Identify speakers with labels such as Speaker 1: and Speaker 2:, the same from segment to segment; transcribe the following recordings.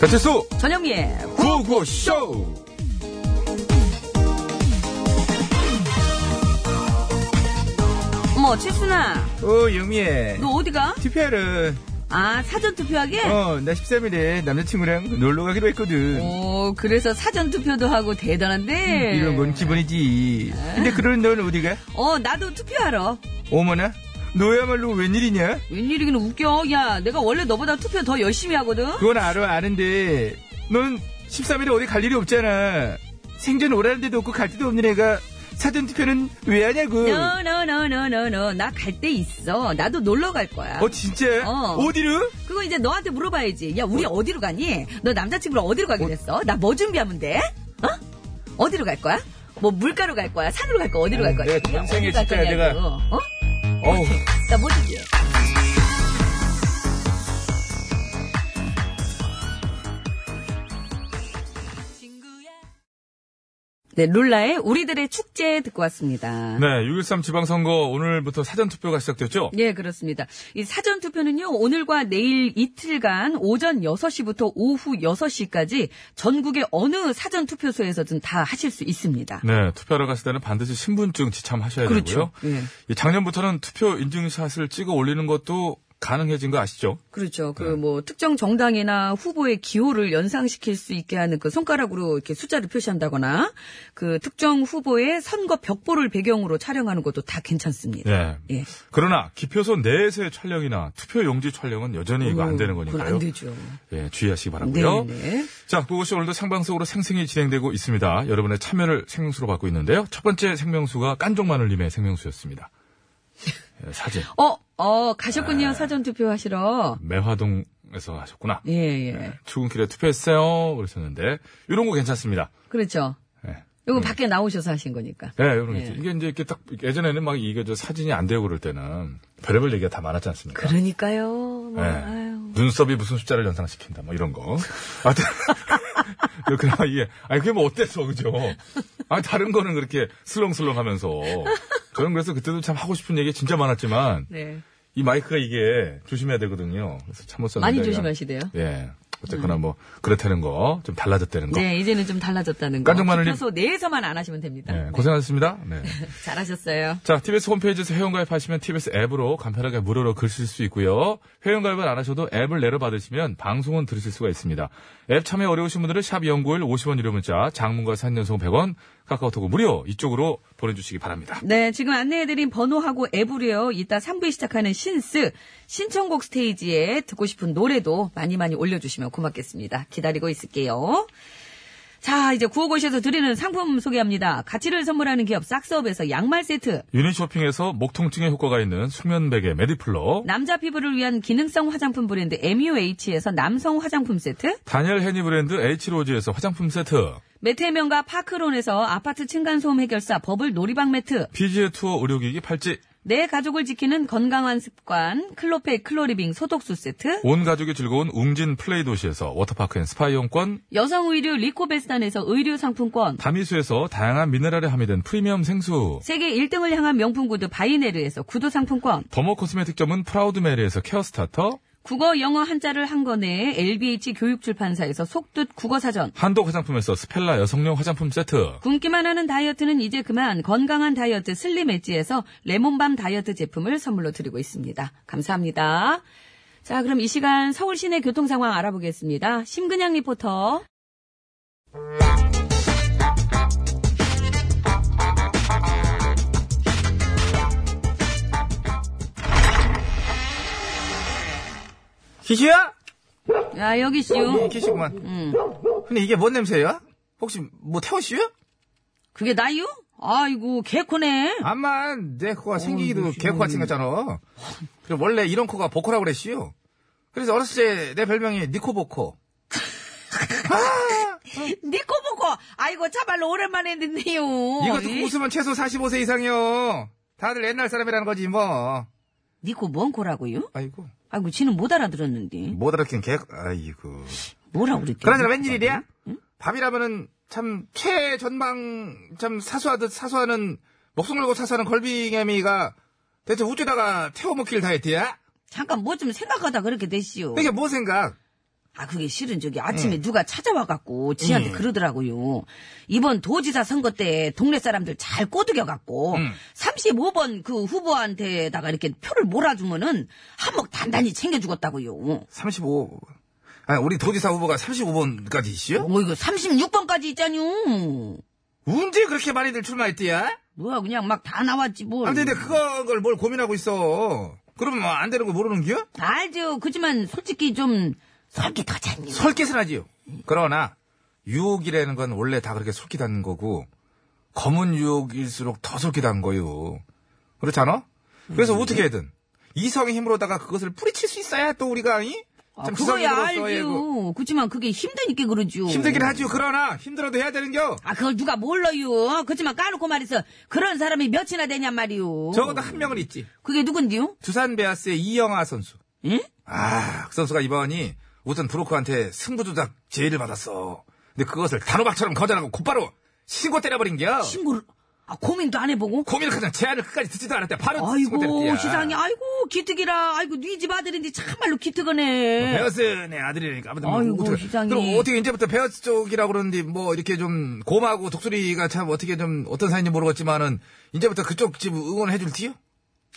Speaker 1: 배칠수
Speaker 2: 전영미의
Speaker 1: 구호구쇼
Speaker 3: 어머 칠순아
Speaker 1: 오 어, 영미애
Speaker 3: 뭐 너 어디가?
Speaker 1: 투표를
Speaker 3: 아 사전 투표하게?
Speaker 1: 어나 13일에 남자친구랑 놀러 가기로 했거든
Speaker 3: 오 어, 네. 그래서 사전 투표도 하고 대단한데
Speaker 1: 음, 이런 건 기본이지 근데 그런 넌 어디가?
Speaker 3: 어 나도 투표하러
Speaker 1: 어머나 너야말로 웬일이냐?
Speaker 3: 웬일이긴 웃겨 야 내가 원래 너보다 투표 더 열심히 하거든
Speaker 1: 그건 알아 아는데 넌 13일에 어디 갈 일이 없잖아 생전 오라는 데도 없고 갈 데도 없는 애가 사전투표는 왜 하냐고
Speaker 3: 노노노노노노 나 갈 데 있어 나도 놀러 갈 거야
Speaker 1: 어 진짜?
Speaker 3: 어.
Speaker 1: 어디로?
Speaker 3: 그거 이제 너한테 물어봐야지 야 우리 어? 디로 가니? 너 남자친구랑 어디로 가기로 했어? 나 뭐 준비하면 돼? 어? 어디로 갈 거야? 뭐 물가로 갈 거야? 산으로 갈 거야? 어디로 갈 거야?
Speaker 1: 어, 내가
Speaker 3: 어디로
Speaker 1: 전생에
Speaker 3: 갈
Speaker 1: 진짜 내가-
Speaker 3: 거냐고. 어?
Speaker 1: 어우
Speaker 3: 나뭐 준비해? 네, 룰라의 우리들의 축제 듣고 왔습니다.
Speaker 1: 네, 6.13 지방선거 오늘부터 사전투표가 시작됐죠?
Speaker 3: 예, 그렇습니다. 이 사전 투표는요, 오늘과 내일 이틀간 오전 6시부터 오후 6시까지 전국의 어느 사전 투표소에서든 다 하실 수 있습니다.
Speaker 1: 네, 투표하러 갔을 때는 반드시 신분증 지참하셔야
Speaker 3: 그렇죠.
Speaker 1: 되고요.
Speaker 3: 예.
Speaker 1: 이 작년부터는 투표 인증샷을 찍어 올리는 것도 가능해진 거 아시죠?
Speaker 3: 그렇죠.
Speaker 1: 네.
Speaker 3: 그 뭐 특정 정당이나 후보의 기호를 연상시킬 수 있게 하는 그 손가락으로 이렇게 숫자를 표시한다거나 그 특정 후보의 선거 벽보를 배경으로 촬영하는 것도 다 괜찮습니다.
Speaker 1: 네.
Speaker 3: 예.
Speaker 1: 그러나 기표소 내에서의 촬영이나 투표 용지 촬영은 여전히 이거 안 되는
Speaker 3: 음, 그건
Speaker 1: 거니까요.
Speaker 3: 안 되죠.
Speaker 1: 예, 주의하시기 바라고요.
Speaker 3: 네.
Speaker 1: 자, 그것이 오늘도 생방송으로 생생히 진행되고 있습니다. 여러분의 참여를 생명수로 받고 있는데요. 첫 번째 생명수가 깐종마늘님의 생명수였습니다. 예, 사진.
Speaker 3: 어, 어,
Speaker 1: 네.
Speaker 3: 가셨군요. 사전 투표하시러.
Speaker 1: 매화동에서 하셨구나.
Speaker 3: 예, 예.
Speaker 1: 네. 출근길에 투표했어요. 그러셨는데 이런 거 괜찮습니다.
Speaker 3: 그렇죠.
Speaker 1: 예.
Speaker 3: 이거 밖에 나오셔서 하신 거니까.
Speaker 1: 예, 이런 게
Speaker 3: 예.
Speaker 1: 있죠. 이게 이제 이렇게 딱 예전에는 막 이게 저 사진이 안 되고 그럴 때는 별의별 얘기가 다 많았지 않습니까?
Speaker 3: 그러니까요. 뭐,
Speaker 1: 예.
Speaker 3: 아유.
Speaker 1: 눈썹이 무슨 숫자를 연상시킨다, 뭐 이런 거. 하여튼, 그나마 이게, 아니, 그게 뭐 어때서, 그죠? 아 다른 거는 그렇게 슬렁슬렁 하면서. 저는 그래서 그때도 참 하고 싶은 얘기 진짜 많았지만,
Speaker 3: 네.
Speaker 1: 이 마이크가 이게 조심해야 되거든요. 그래서 참못 썼는데.
Speaker 3: 많이
Speaker 1: 그냥,
Speaker 3: 조심하시대요.
Speaker 1: 예. 어쨌거나 뭐, 그렇다는 거, 좀 달라졌다는 거.
Speaker 3: 네, 이제는 좀 달라졌다는 거.
Speaker 1: 깐족마늘님.
Speaker 3: 투표소 내에서만 안 하시면 됩니다.
Speaker 1: 예, 고생하셨습니다. 네.
Speaker 3: 잘하셨어요.
Speaker 1: 자, TBS 홈페이지에서 회원가입하시면 TBS 앱으로 간편하게 무료로 글 쓸 수 있고요. 회원가입을 안 하셔도 앱을 내려받으시면 방송은 들으실 수가 있습니다. 앱 참여 어려우신 분들은 샵 연구일 50원 유료 문자, 장문과 3년송 100원, 카카오톡 무료 이쪽으로 보내주시기 바랍니다.
Speaker 3: 네, 지금 안내해드린 번호하고 앱으로요. 이따 3부에 시작하는 신스 신청곡 스테이지에 듣고 싶은 노래도 많이 많이 올려주시면 고맙겠습니다. 기다리고 있을게요. 자, 이제 구호고시에서 드리는 상품 소개합니다. 가치를 선물하는 기업 싹스업에서 양말 세트,
Speaker 1: 유닛 쇼핑에서 목통증에 효과가 있는 수면 베개 메디플러,
Speaker 3: 남자 피부를 위한 기능성 화장품 브랜드 MUH에서 남성 화장품 세트,
Speaker 1: 다니엘 헤니 브랜드 H로즈에서 화장품 세트,
Speaker 3: 매트의 명가 파크론에서 아파트 층간소음 해결사 버블 놀이방 매트,
Speaker 1: PGA 투어 의료기기 팔찌,
Speaker 3: 내 가족을 지키는 건강한 습관 클로페 클로리빙 소독수 세트,
Speaker 1: 온 가족이 즐거운 웅진 플레이 도시에서 워터파크 앤 스파 이용권,
Speaker 3: 여성 의류 리코베스탄에서 의류 상품권,
Speaker 1: 다미수에서 다양한 미네랄에 함유된 프리미엄 생수,
Speaker 3: 세계 1등을 향한 명품 구두 바이네르에서 구두 상품권,
Speaker 1: 더머 코스메틱점은 프라우드메리에서 케어 스타터,
Speaker 3: 국어, 영어, 한자를 한 권에 LBH 교육출판사에서 속뜻 국어사전.
Speaker 1: 한독 화장품에서 스펠라 여성용 화장품 세트.
Speaker 3: 굶기만 하는 다이어트는 이제 그만 건강한 다이어트 슬림 엣지에서 레몬밤 다이어트 제품을 선물로 드리고 있습니다. 감사합니다. 자, 그럼 이 시간 서울 시내 교통 상황 알아보겠습니다. 심근양 리포터.
Speaker 4: 키슈야?
Speaker 3: 야, 여기 슈.
Speaker 4: 키슈구만.
Speaker 3: 음.
Speaker 4: 근데 이게 뭔 냄새야? 혹시 뭐 태워슈?
Speaker 3: 그게 나유? 아이고, 개코네.
Speaker 4: 암만 내 코가 생기기도 개코같이 생겼잖아. 그리고 원래 이런 코가 보코라고 그랬슈. 그래서 어렸을 때 내 별명이 니코보코.
Speaker 3: 니꺼 보고. 아이고, 차발로 오랜만에 듣네요. 예?
Speaker 4: 이것도 웃으면 최소 45세 이상이요. 다들 옛날 사람이라는 거지 뭐.
Speaker 3: 니꺼 뭔 코라고요?
Speaker 4: 아이고.
Speaker 3: 아이고, 지는 못 알아들었는데.
Speaker 4: 못 알아듣긴 개. 아이고.
Speaker 3: 뭐라 그랬대?
Speaker 4: 그러나 웬일이랴? 밥이라면은 참 최전방 참 사수하듯 사수하는 목숨 걸고 사수하는 걸빙애미가 대체 우주다가 태워 먹길 다이어트야?
Speaker 3: 잠깐 뭐 좀 생각하다 그렇게 됐시오.
Speaker 4: 이게 뭐 생각?
Speaker 3: 아, 그게 실은 저기 아침에
Speaker 4: 네.
Speaker 3: 누가 찾아와갖고
Speaker 4: 음.
Speaker 3: 지한테 그러더라고요. 이번 도지사 선거 때 동네 사람들 잘 꼬드겨갖고
Speaker 4: 음.
Speaker 3: 35번 그 후보한테다가 이렇게 표를 몰아주면은 한몫 단단히 챙겨주겠다고요.
Speaker 4: 35. 아니, 우리 도지사 후보가 35번까지 있어요?
Speaker 3: 어머, 이거 36번까지 있잖요.
Speaker 4: 언제 그렇게 많이들 출마했대야?
Speaker 3: 뭐야, 그냥 막 다 나왔지 뭘.
Speaker 4: 아무튼 근데 그걸 뭘 고민하고 있어. 그러면 뭐안 되는 거 모르는 겨?
Speaker 3: 알죠. 그지만 솔직히 좀 설깃하잖요.
Speaker 4: 설깃은 하지요. 그러나, 유혹이라는 건 원래 다 그렇게 솔깃한 거고, 검은 유혹일수록 더 솔깃한 거요. 그렇지 않아? 그래서
Speaker 3: 음.
Speaker 4: 어떻게든, 이성의 힘으로다가 그것을 뿌리칠 수 있어야 또 우리가, 이?
Speaker 3: 아,
Speaker 4: 참
Speaker 3: 그거야
Speaker 4: 지성인으로서의 그-
Speaker 3: 알죠. 그지만 그게 힘드니까 그러죠.
Speaker 4: 힘들긴 하지요. 그러나, 힘들어도 해야 되는 겨.
Speaker 3: 아, 그걸 누가 몰라요. 그치만 까놓고 말해서 그런 사람이 몇이나 되냔 말이오.
Speaker 4: 적어도 한 명은 있지.
Speaker 3: 그게 누군디요?
Speaker 4: 두산 베아스의 이영하 선수.
Speaker 3: 응?
Speaker 4: 아, 그 선수가 이번이 우선 브로커한테 승부조작 제의를 받았어. 근데 그것을 단호박처럼 거절하고 곧바로 신고 때려버린 겨.
Speaker 3: 친구를, 아, 고민도 안 해보고?
Speaker 4: 고민을 그냥 제안을 끝까지 듣지도 않았대. 바로 신고 때렸대야.
Speaker 3: 아이고, 시상에, 아이고, 기특이라. 아이고, 네 집 아들인데 참말로
Speaker 4: 뭐
Speaker 3: 기특하네.
Speaker 4: 베어스 내 아들이니까 아무튼
Speaker 3: 예. 아이고,
Speaker 4: 뭐 어떻게
Speaker 3: 시장이.
Speaker 4: 그럼 어떻게 이제부터 베어스 쪽이라고 그러는데 뭐 이렇게 좀 곰하고 독수리가 참 어떻게 좀 어떤 사이인지 모르겠지만은 이제부터 그쪽 집 응원해 줄 티요?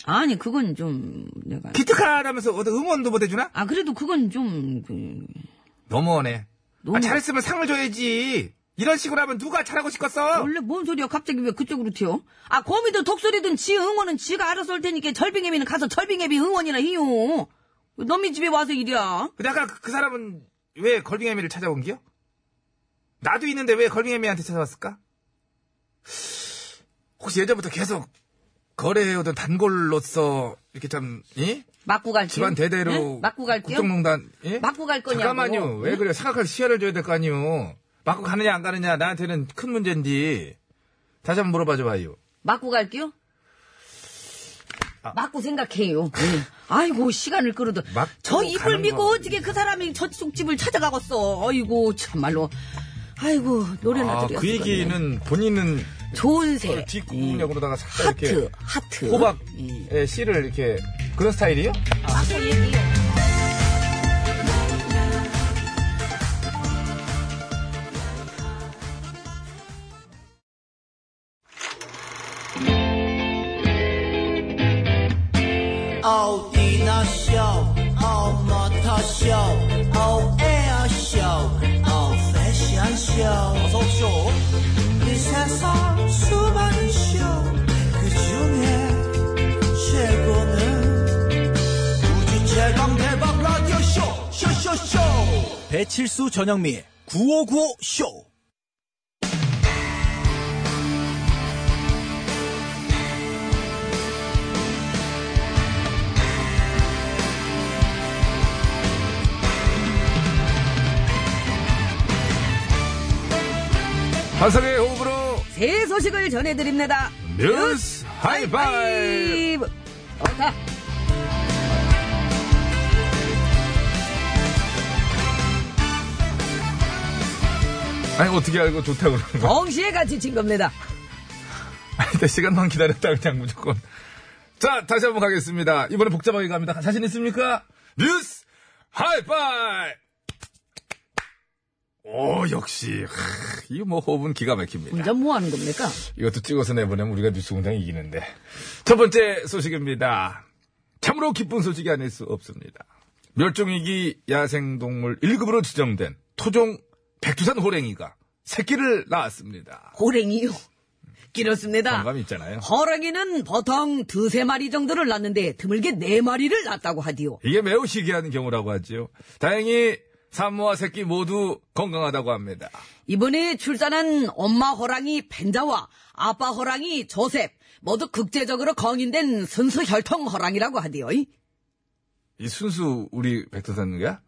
Speaker 3: 아니, 그건 좀, 내가.
Speaker 4: 기특하다면서 어떤 응원도 못 해주나?
Speaker 3: 아, 그래도 그건 좀, 그,
Speaker 4: 너무하네.
Speaker 3: 너무-
Speaker 4: 아, 잘했으면 상을 줘야지. 이런 식으로 하면 누가 잘하고 싶겠어?
Speaker 3: 원래 뭔 소리야, 갑자기 왜 그쪽으로 튀어? 아, 고민도 독소리든 지 응원은 지가 알아서 할 테니까 절빙애비는 가서 절빙애비 응원이나 해요. 너미 집에 와서 이리야.
Speaker 4: 근데 아까 그, 그 사람은 왜 걸빙애미를 찾아온 기요? 나도 있는데 왜 걸빙애미한테 찾아왔을까? 혹시 예전부터 계속 거래해오던 단골로서 이렇게 참, 이?
Speaker 3: 맞고 갈게요.
Speaker 4: 집안 대대로
Speaker 3: 응? 맞고 예? 갈게요.
Speaker 4: 국정농단, 예?
Speaker 3: 맞고 갈 거냐고. 예?
Speaker 4: 잠깐만요. 왜 그래? 생각할 시야를 줘야 될 거 아니요. 맞고 가느냐 안 가느냐 나한테는 큰 문제인데 다시 한번 물어봐 줘봐요.
Speaker 3: 맞고 갈게요.
Speaker 4: 아.
Speaker 3: 맞고 생각해요. 아이고 시간을 끌어도
Speaker 4: 맞고
Speaker 3: 저 입을
Speaker 4: 예. 가는
Speaker 3: 믿고
Speaker 4: 거.
Speaker 3: 어떻게 그 사람이 저쪽 집을 찾아가겠어. 아이고 참말로. 아이고 노래나
Speaker 4: 아,
Speaker 3: 들려.
Speaker 4: 그 얘기는 본인은
Speaker 3: 좋은 새.
Speaker 4: 뒷구녕으로다가 살짝
Speaker 3: 네. 하트
Speaker 4: 이렇게
Speaker 3: 하트. 예.
Speaker 4: 호박의 씨를 이렇게 그런 스타일이요?
Speaker 3: 맞고 얘기요.
Speaker 5: O 迪娜秀，O 模特秀，O L 秀，O fashion 秀。이 세상 수많은 쇼그 중에 최고는 우주 최강 대박 라디오 쇼 쇼쇼쇼 배칠수 전영미의 9595 쇼.
Speaker 4: 반성의 호흡으로
Speaker 3: 새 소식을 전해드립니다.
Speaker 1: 뉴스 하이파이브!
Speaker 3: 하이파이브. 어다.
Speaker 1: 아니, 어떻게 알고 좋다고 그러는 거야?
Speaker 3: 엉시에 같이 친 겁니다.
Speaker 1: 근데 시간만 기다렸다 그냥 무조건. 자, 다시 한번 가겠습니다. 이번에 복잡하게 갑니다. 자신 있습니까? 뉴스
Speaker 4: 하이파이! 오, 역시. 하, 이거 뭐 호흡은 기가 막힙니다.
Speaker 3: 운전 뭐 하는 겁니까?
Speaker 4: 이것도 찍어서 내보내면 우리가 뉴스공장이 이기는데. 첫 번째 소식입니다. 참으로 기쁜 소식이 아닐 수 없습니다. 멸종위기 야생동물 1급으로 지정된 토종 백두산 호랭이가 새끼를 낳았습니다.
Speaker 3: 호랭이요. 길었습니다.
Speaker 4: 정감이 있잖아요.
Speaker 3: 호랑이는 보통 두세 마리 정도를 낳는데 드물게 네 마리를 낳았다고 하디요.
Speaker 4: 이게 매우 희귀한 경우라고 하지요. 다행히 산모와 새끼 모두 건강하다고 합니다.
Speaker 3: 이번에 출산한 엄마 호랑이 펜자와 아빠 호랑이 조셉 모두 국제적으로 공인된 순수 혈통 호랑이라고 하디요.
Speaker 4: 이 순수 우리 백두산인가?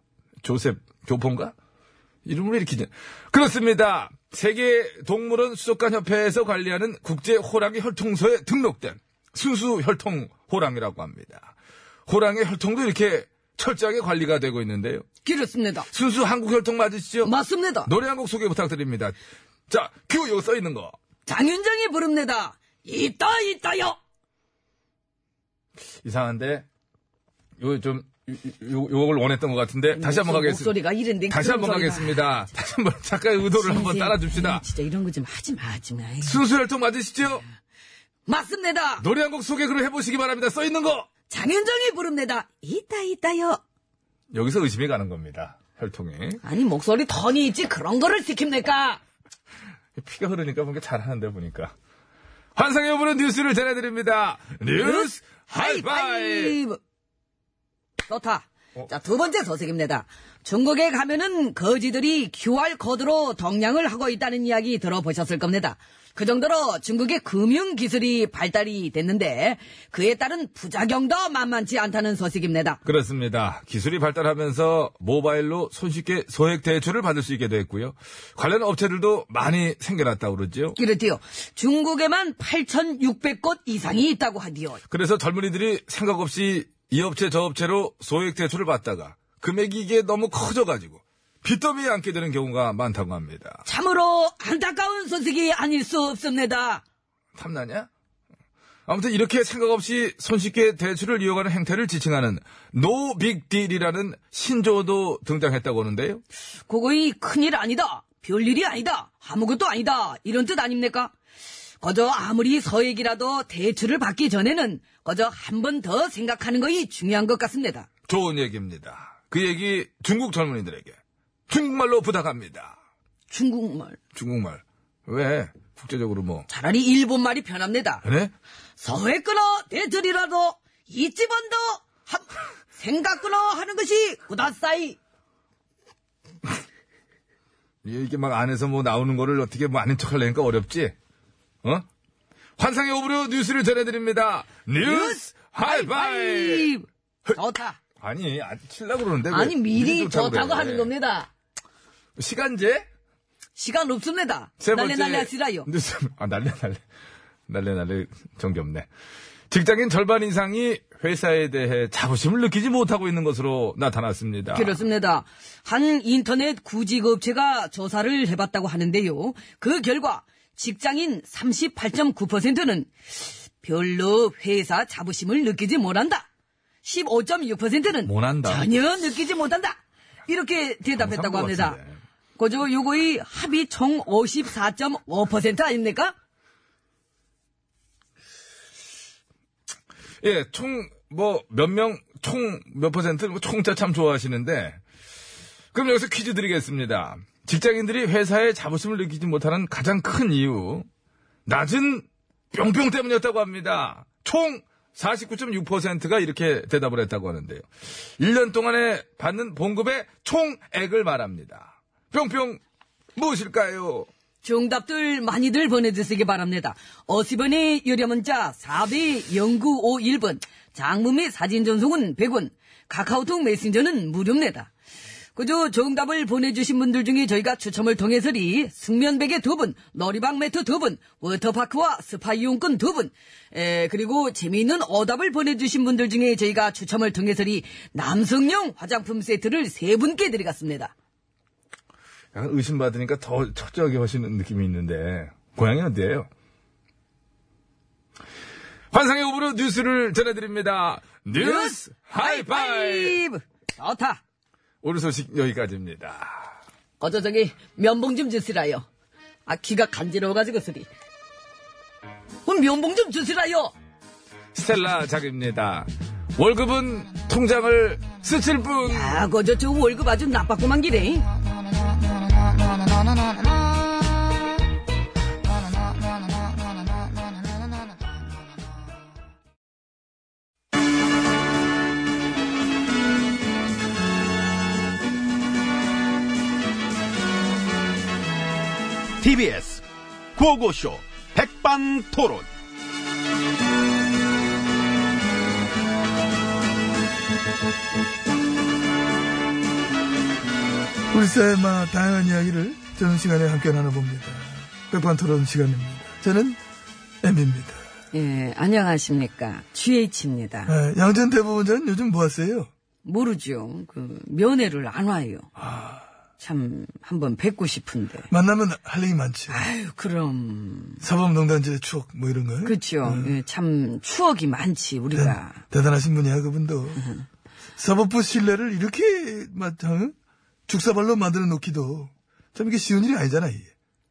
Speaker 4: 조셉 교포인가? 이름을 왜 이렇게 지 그렇습니다. 세계 동물원 수족관 협회에서 관리하는 국제 호랑이 혈통소에 등록된 순수 혈통 호랑이라고 합니다. 호랑이 혈통도 이렇게 철저하게 관리가 되고 있는데요.
Speaker 3: 길었습니다.
Speaker 4: 순수 한국 혈통 맞으시죠?
Speaker 3: 맞습니다.
Speaker 4: 노래 한 곡 소개 부탁드립니다. 자, 큐 여기 써 있는 거.
Speaker 3: 장윤정이 부릅니다. 있다 있다요.
Speaker 4: 이상한데 요 좀 요, 요걸 원했던 것 같은데 다시 한번 가겠습니다.
Speaker 3: 목소리가 이런데
Speaker 4: 다시 한번
Speaker 3: 그런 소리가.
Speaker 4: 가겠습니다. 다시 한번 작가의 의도를 한번
Speaker 3: 선생님,
Speaker 4: 따라줍시다.
Speaker 3: 진짜 이런 거 좀 하지 마, 하지 마.
Speaker 4: 순수혈통 맞으시죠?
Speaker 3: 맞습니다.
Speaker 4: 노래 한 곡 소개 그럼 해보시기 바랍니다. 써 있는 거!
Speaker 3: 장윤정이 부릅니다. 있다 있다요.
Speaker 4: 여기서 의심이 가는 겁니다. 혈통이.
Speaker 3: 아니 목소리 턴이 있지 그런 거를 시킵니까?
Speaker 4: 피가 흐르니까 보니까 잘하는데 보니까. 환상의 오브는 뉴스를 전해드립니다. 뉴스 하이파이! 어?
Speaker 3: 좋다. 자, 두 번째 소식입니다. 중국에 가면은 거지들이 QR코드로 동량을 하고 있다는 이야기 들어보셨을 겁니다. 그 정도로 중국의 금융기술이 발달이 됐는데 그에 따른 부작용도 만만치 않다는 소식입니다.
Speaker 4: 그렇습니다. 기술이 발달하면서 모바일로 손쉽게 소액 대출을 받을 수 있게 됐고요. 관련 업체들도 많이 생겨났다고 그러죠.
Speaker 3: 이렇디요. 중국에만 8,600곳 이상이 있다고 하디요.
Speaker 4: 그래서 젊은이들이 생각 없이 이 업체 저 업체로 소액 대출을 받다가 금액이 이게 너무 커져가지고 빚더미에 앉게 되는 경우가 많다고 합니다.
Speaker 3: 참으로 안타까운 소식이 아닐 수 없습니다.
Speaker 4: 탐나냐? 아무튼 이렇게 생각 없이 손쉽게 대출을 이용하는 행태를 지칭하는 노빅딜이라는 신조어도 등장했다고 하는데요.
Speaker 3: 그거이 큰일 아니다. 별일이 아니다. 아무것도 아니다. 이런 뜻 아닙니까? 그저 아무리 서액이라도 대출을 받기 전에는 그저 한 번 더 생각하는 것이 중요한 것 같습니다.
Speaker 4: 좋은 얘기입니다. 그 얘기 중국 젊은이들에게 중국말로 부탁합니다.
Speaker 3: 중국말.
Speaker 4: 중국말. 왜? 국제적으로 뭐.
Speaker 3: 차라리 일본말이 편합니다.
Speaker 4: 그래?
Speaker 3: 서해 끊어 대절이라도 이집언도 한 생각 끊어 하는 것이 구다사이
Speaker 4: 이게 막 안에서 뭐 나오는 거를 어떻게 뭐 아닌 척 하려니까 어렵지? 어? 환상의 오브로 뉴스를 전해드립니다. 뉴스 하이파이!
Speaker 3: 아이, 좋다
Speaker 4: 아니, 아, 칠라고 그러는데. 왜
Speaker 3: 아니 미리
Speaker 4: 좋다고
Speaker 3: 좋다고
Speaker 4: 그래?
Speaker 3: 하는 겁니다
Speaker 4: 시간제?
Speaker 3: 시간 없습니다
Speaker 4: 세
Speaker 3: 날래
Speaker 4: 번째
Speaker 3: 날래 하시라요
Speaker 4: 뉴스, 아, 날래, 날래. 날래, 날래. 정기 없네. 직장인 절반 이상이 회사에 대해 자부심을 느끼지 못하고 있는 것으로 나타났습니다.
Speaker 3: 그렇습니다. 한 인터넷 구직업체가 조사를 해봤다고 하는데요. 그 결과 직장인 38.9%는 별로 회사 자부심을 느끼지 못한다. 15.6%는
Speaker 4: 못한다.
Speaker 3: 전혀 느끼지 못한다. 이렇게 대답했다고
Speaker 4: 것
Speaker 3: 합니다.
Speaker 4: 같은데.
Speaker 3: 그저 요거의 합이 총 54.5% 아닙니까?
Speaker 4: 예, 총, 뭐, 몇 명, 총, 몇 퍼센트, 뭐 총자 참 좋아하시는데. 그럼 여기서 퀴즈 드리겠습니다. 직장인들이 회사에 자부심을 느끼지 못하는 가장 큰 이유. 낮은 뿅뿅 때문이었다고 합니다. 총 49.6%가 이렇게 대답을 했다고 하는데요. 1년 동안에 받는 봉급의 총액을 말합니다. 뿅뿅, 무엇일까요?
Speaker 3: 정답들 많이들 보내주시기 바랍니다. 50원의 유료 문자 40951번, 장문및 사진 전송은 100원, 카카오톡 메신저는 무료입니다. 그저 정답을 보내주신 분들 중에 저희가 추첨을 통해서리 숙면베개 두 분, 놀이방 매트 두 분, 워터파크와 스파 이용권 두 분, 에, 그리고 재미있는 오답을 보내주신 분들 중에 저희가 추첨을 통해서리 남성용 화장품 세트를 세 분께 드리겠습니다.
Speaker 4: 약간 의심받으니까 더 철저하게 하시는 느낌이 있는데 고향이 어디예요? 환상의 오브로 뉴스를 전해드립니다. 뉴스 하이파이브!
Speaker 3: 좋다.
Speaker 1: 오늘 소식 여기까지입니다.
Speaker 6: 어저 저기 면봉 좀 주시라요. 아 귀가 간지러워가지고 소리. 그럼 면봉 좀 주시라요.
Speaker 1: 스텔라 작입니다. 월급은 통장을 스칠 뿐.
Speaker 6: 아거저 저 월급 아주 나빴구만 기래.
Speaker 7: TBS 구호고쇼 백반토론.
Speaker 4: 우리 사회의 마- 다양한 이야기를 저는 시간에 함께 나눠봅니다. 백반 토론 시간입니다. 저는 엠비입니다.
Speaker 3: 예, 안녕하십니까. GH입니다.
Speaker 4: 예, 양전 대법원장은 요즘 뭐 하세요?
Speaker 3: 모르죠. 그, 면회를 안 와요.
Speaker 4: 아.
Speaker 3: 참, 한번 뵙고 싶은데.
Speaker 4: 만나면 할 얘기 많지.
Speaker 3: 아유, 그럼.
Speaker 4: 사법농단지의 추억 뭐 이런 거요?
Speaker 3: 그렇죠.
Speaker 4: 네.
Speaker 3: 예, 참, 추억이 많지, 우리가.
Speaker 4: 대단하신 분이야 그분도. 사법부 신뢰를 이렇게 막 어? 죽사발로 만들어 놓기도 참 이게 쉬운 일이 아니잖아. 이게.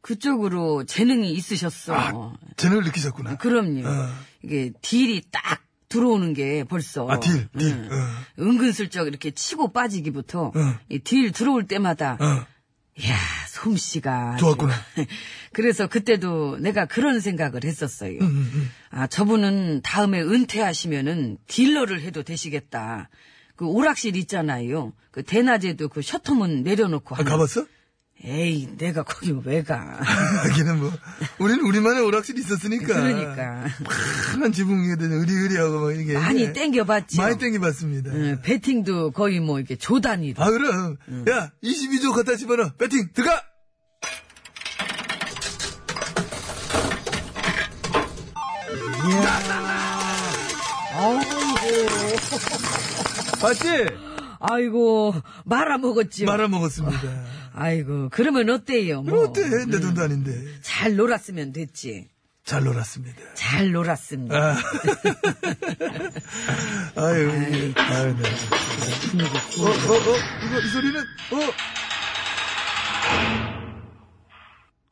Speaker 3: 그쪽으로 재능이 있으셨어.
Speaker 4: 재능을 느끼셨구나.
Speaker 3: 그럼요.
Speaker 4: 어.
Speaker 3: 이게 딜이 딱 들어오는 게 벌써.
Speaker 4: 아, 딜, 딜.
Speaker 3: 응.
Speaker 4: 어.
Speaker 3: 은근슬쩍 이렇게 치고 빠지기부터
Speaker 4: 응.
Speaker 3: 이 딜 들어올 때마다
Speaker 4: 어,
Speaker 3: 이야 솜씨가 아주-
Speaker 4: 좋았구나.
Speaker 3: 그래서 그때도 내가 그런 생각을 했었어요. 아 저분은 다음에 은퇴하시면은 딜러를 해도 되시겠다. 그 오락실 있잖아요. 그 대낮에도 그 셔터문 내려놓고
Speaker 4: 아,
Speaker 3: 하는-
Speaker 4: 가봤어?
Speaker 3: 에이 내가 거기 왜 가?
Speaker 4: 하기는 뭐. 우리는 우리만의 오락실이 있었으니까.
Speaker 3: 그러니까
Speaker 4: 한 지붕 위에 대는 의리의리하고 막 이게
Speaker 3: 많이
Speaker 4: 이제 음.
Speaker 3: 땡겨봤지.
Speaker 4: 예. 많이 땡겨봤습니다.
Speaker 3: 배팅도 거의 뭐 이렇게 조단위로.
Speaker 4: 아 그럼 야 22조 갖다 집어넣어 배팅 들어가 예.
Speaker 1: 맞지?
Speaker 3: 아이고 말아먹었지요.
Speaker 4: 말아먹었습니다
Speaker 3: 아이고 그러면 어때요?
Speaker 4: 그럼
Speaker 3: 뭐.
Speaker 4: 어때 내 돈도 아닌데
Speaker 3: 잘 놀았으면 됐지.
Speaker 4: 잘 놀았습니다
Speaker 3: 잘 놀았습니다.
Speaker 4: 아. 아유 아유 네. 어어어 이거 이 소리는 어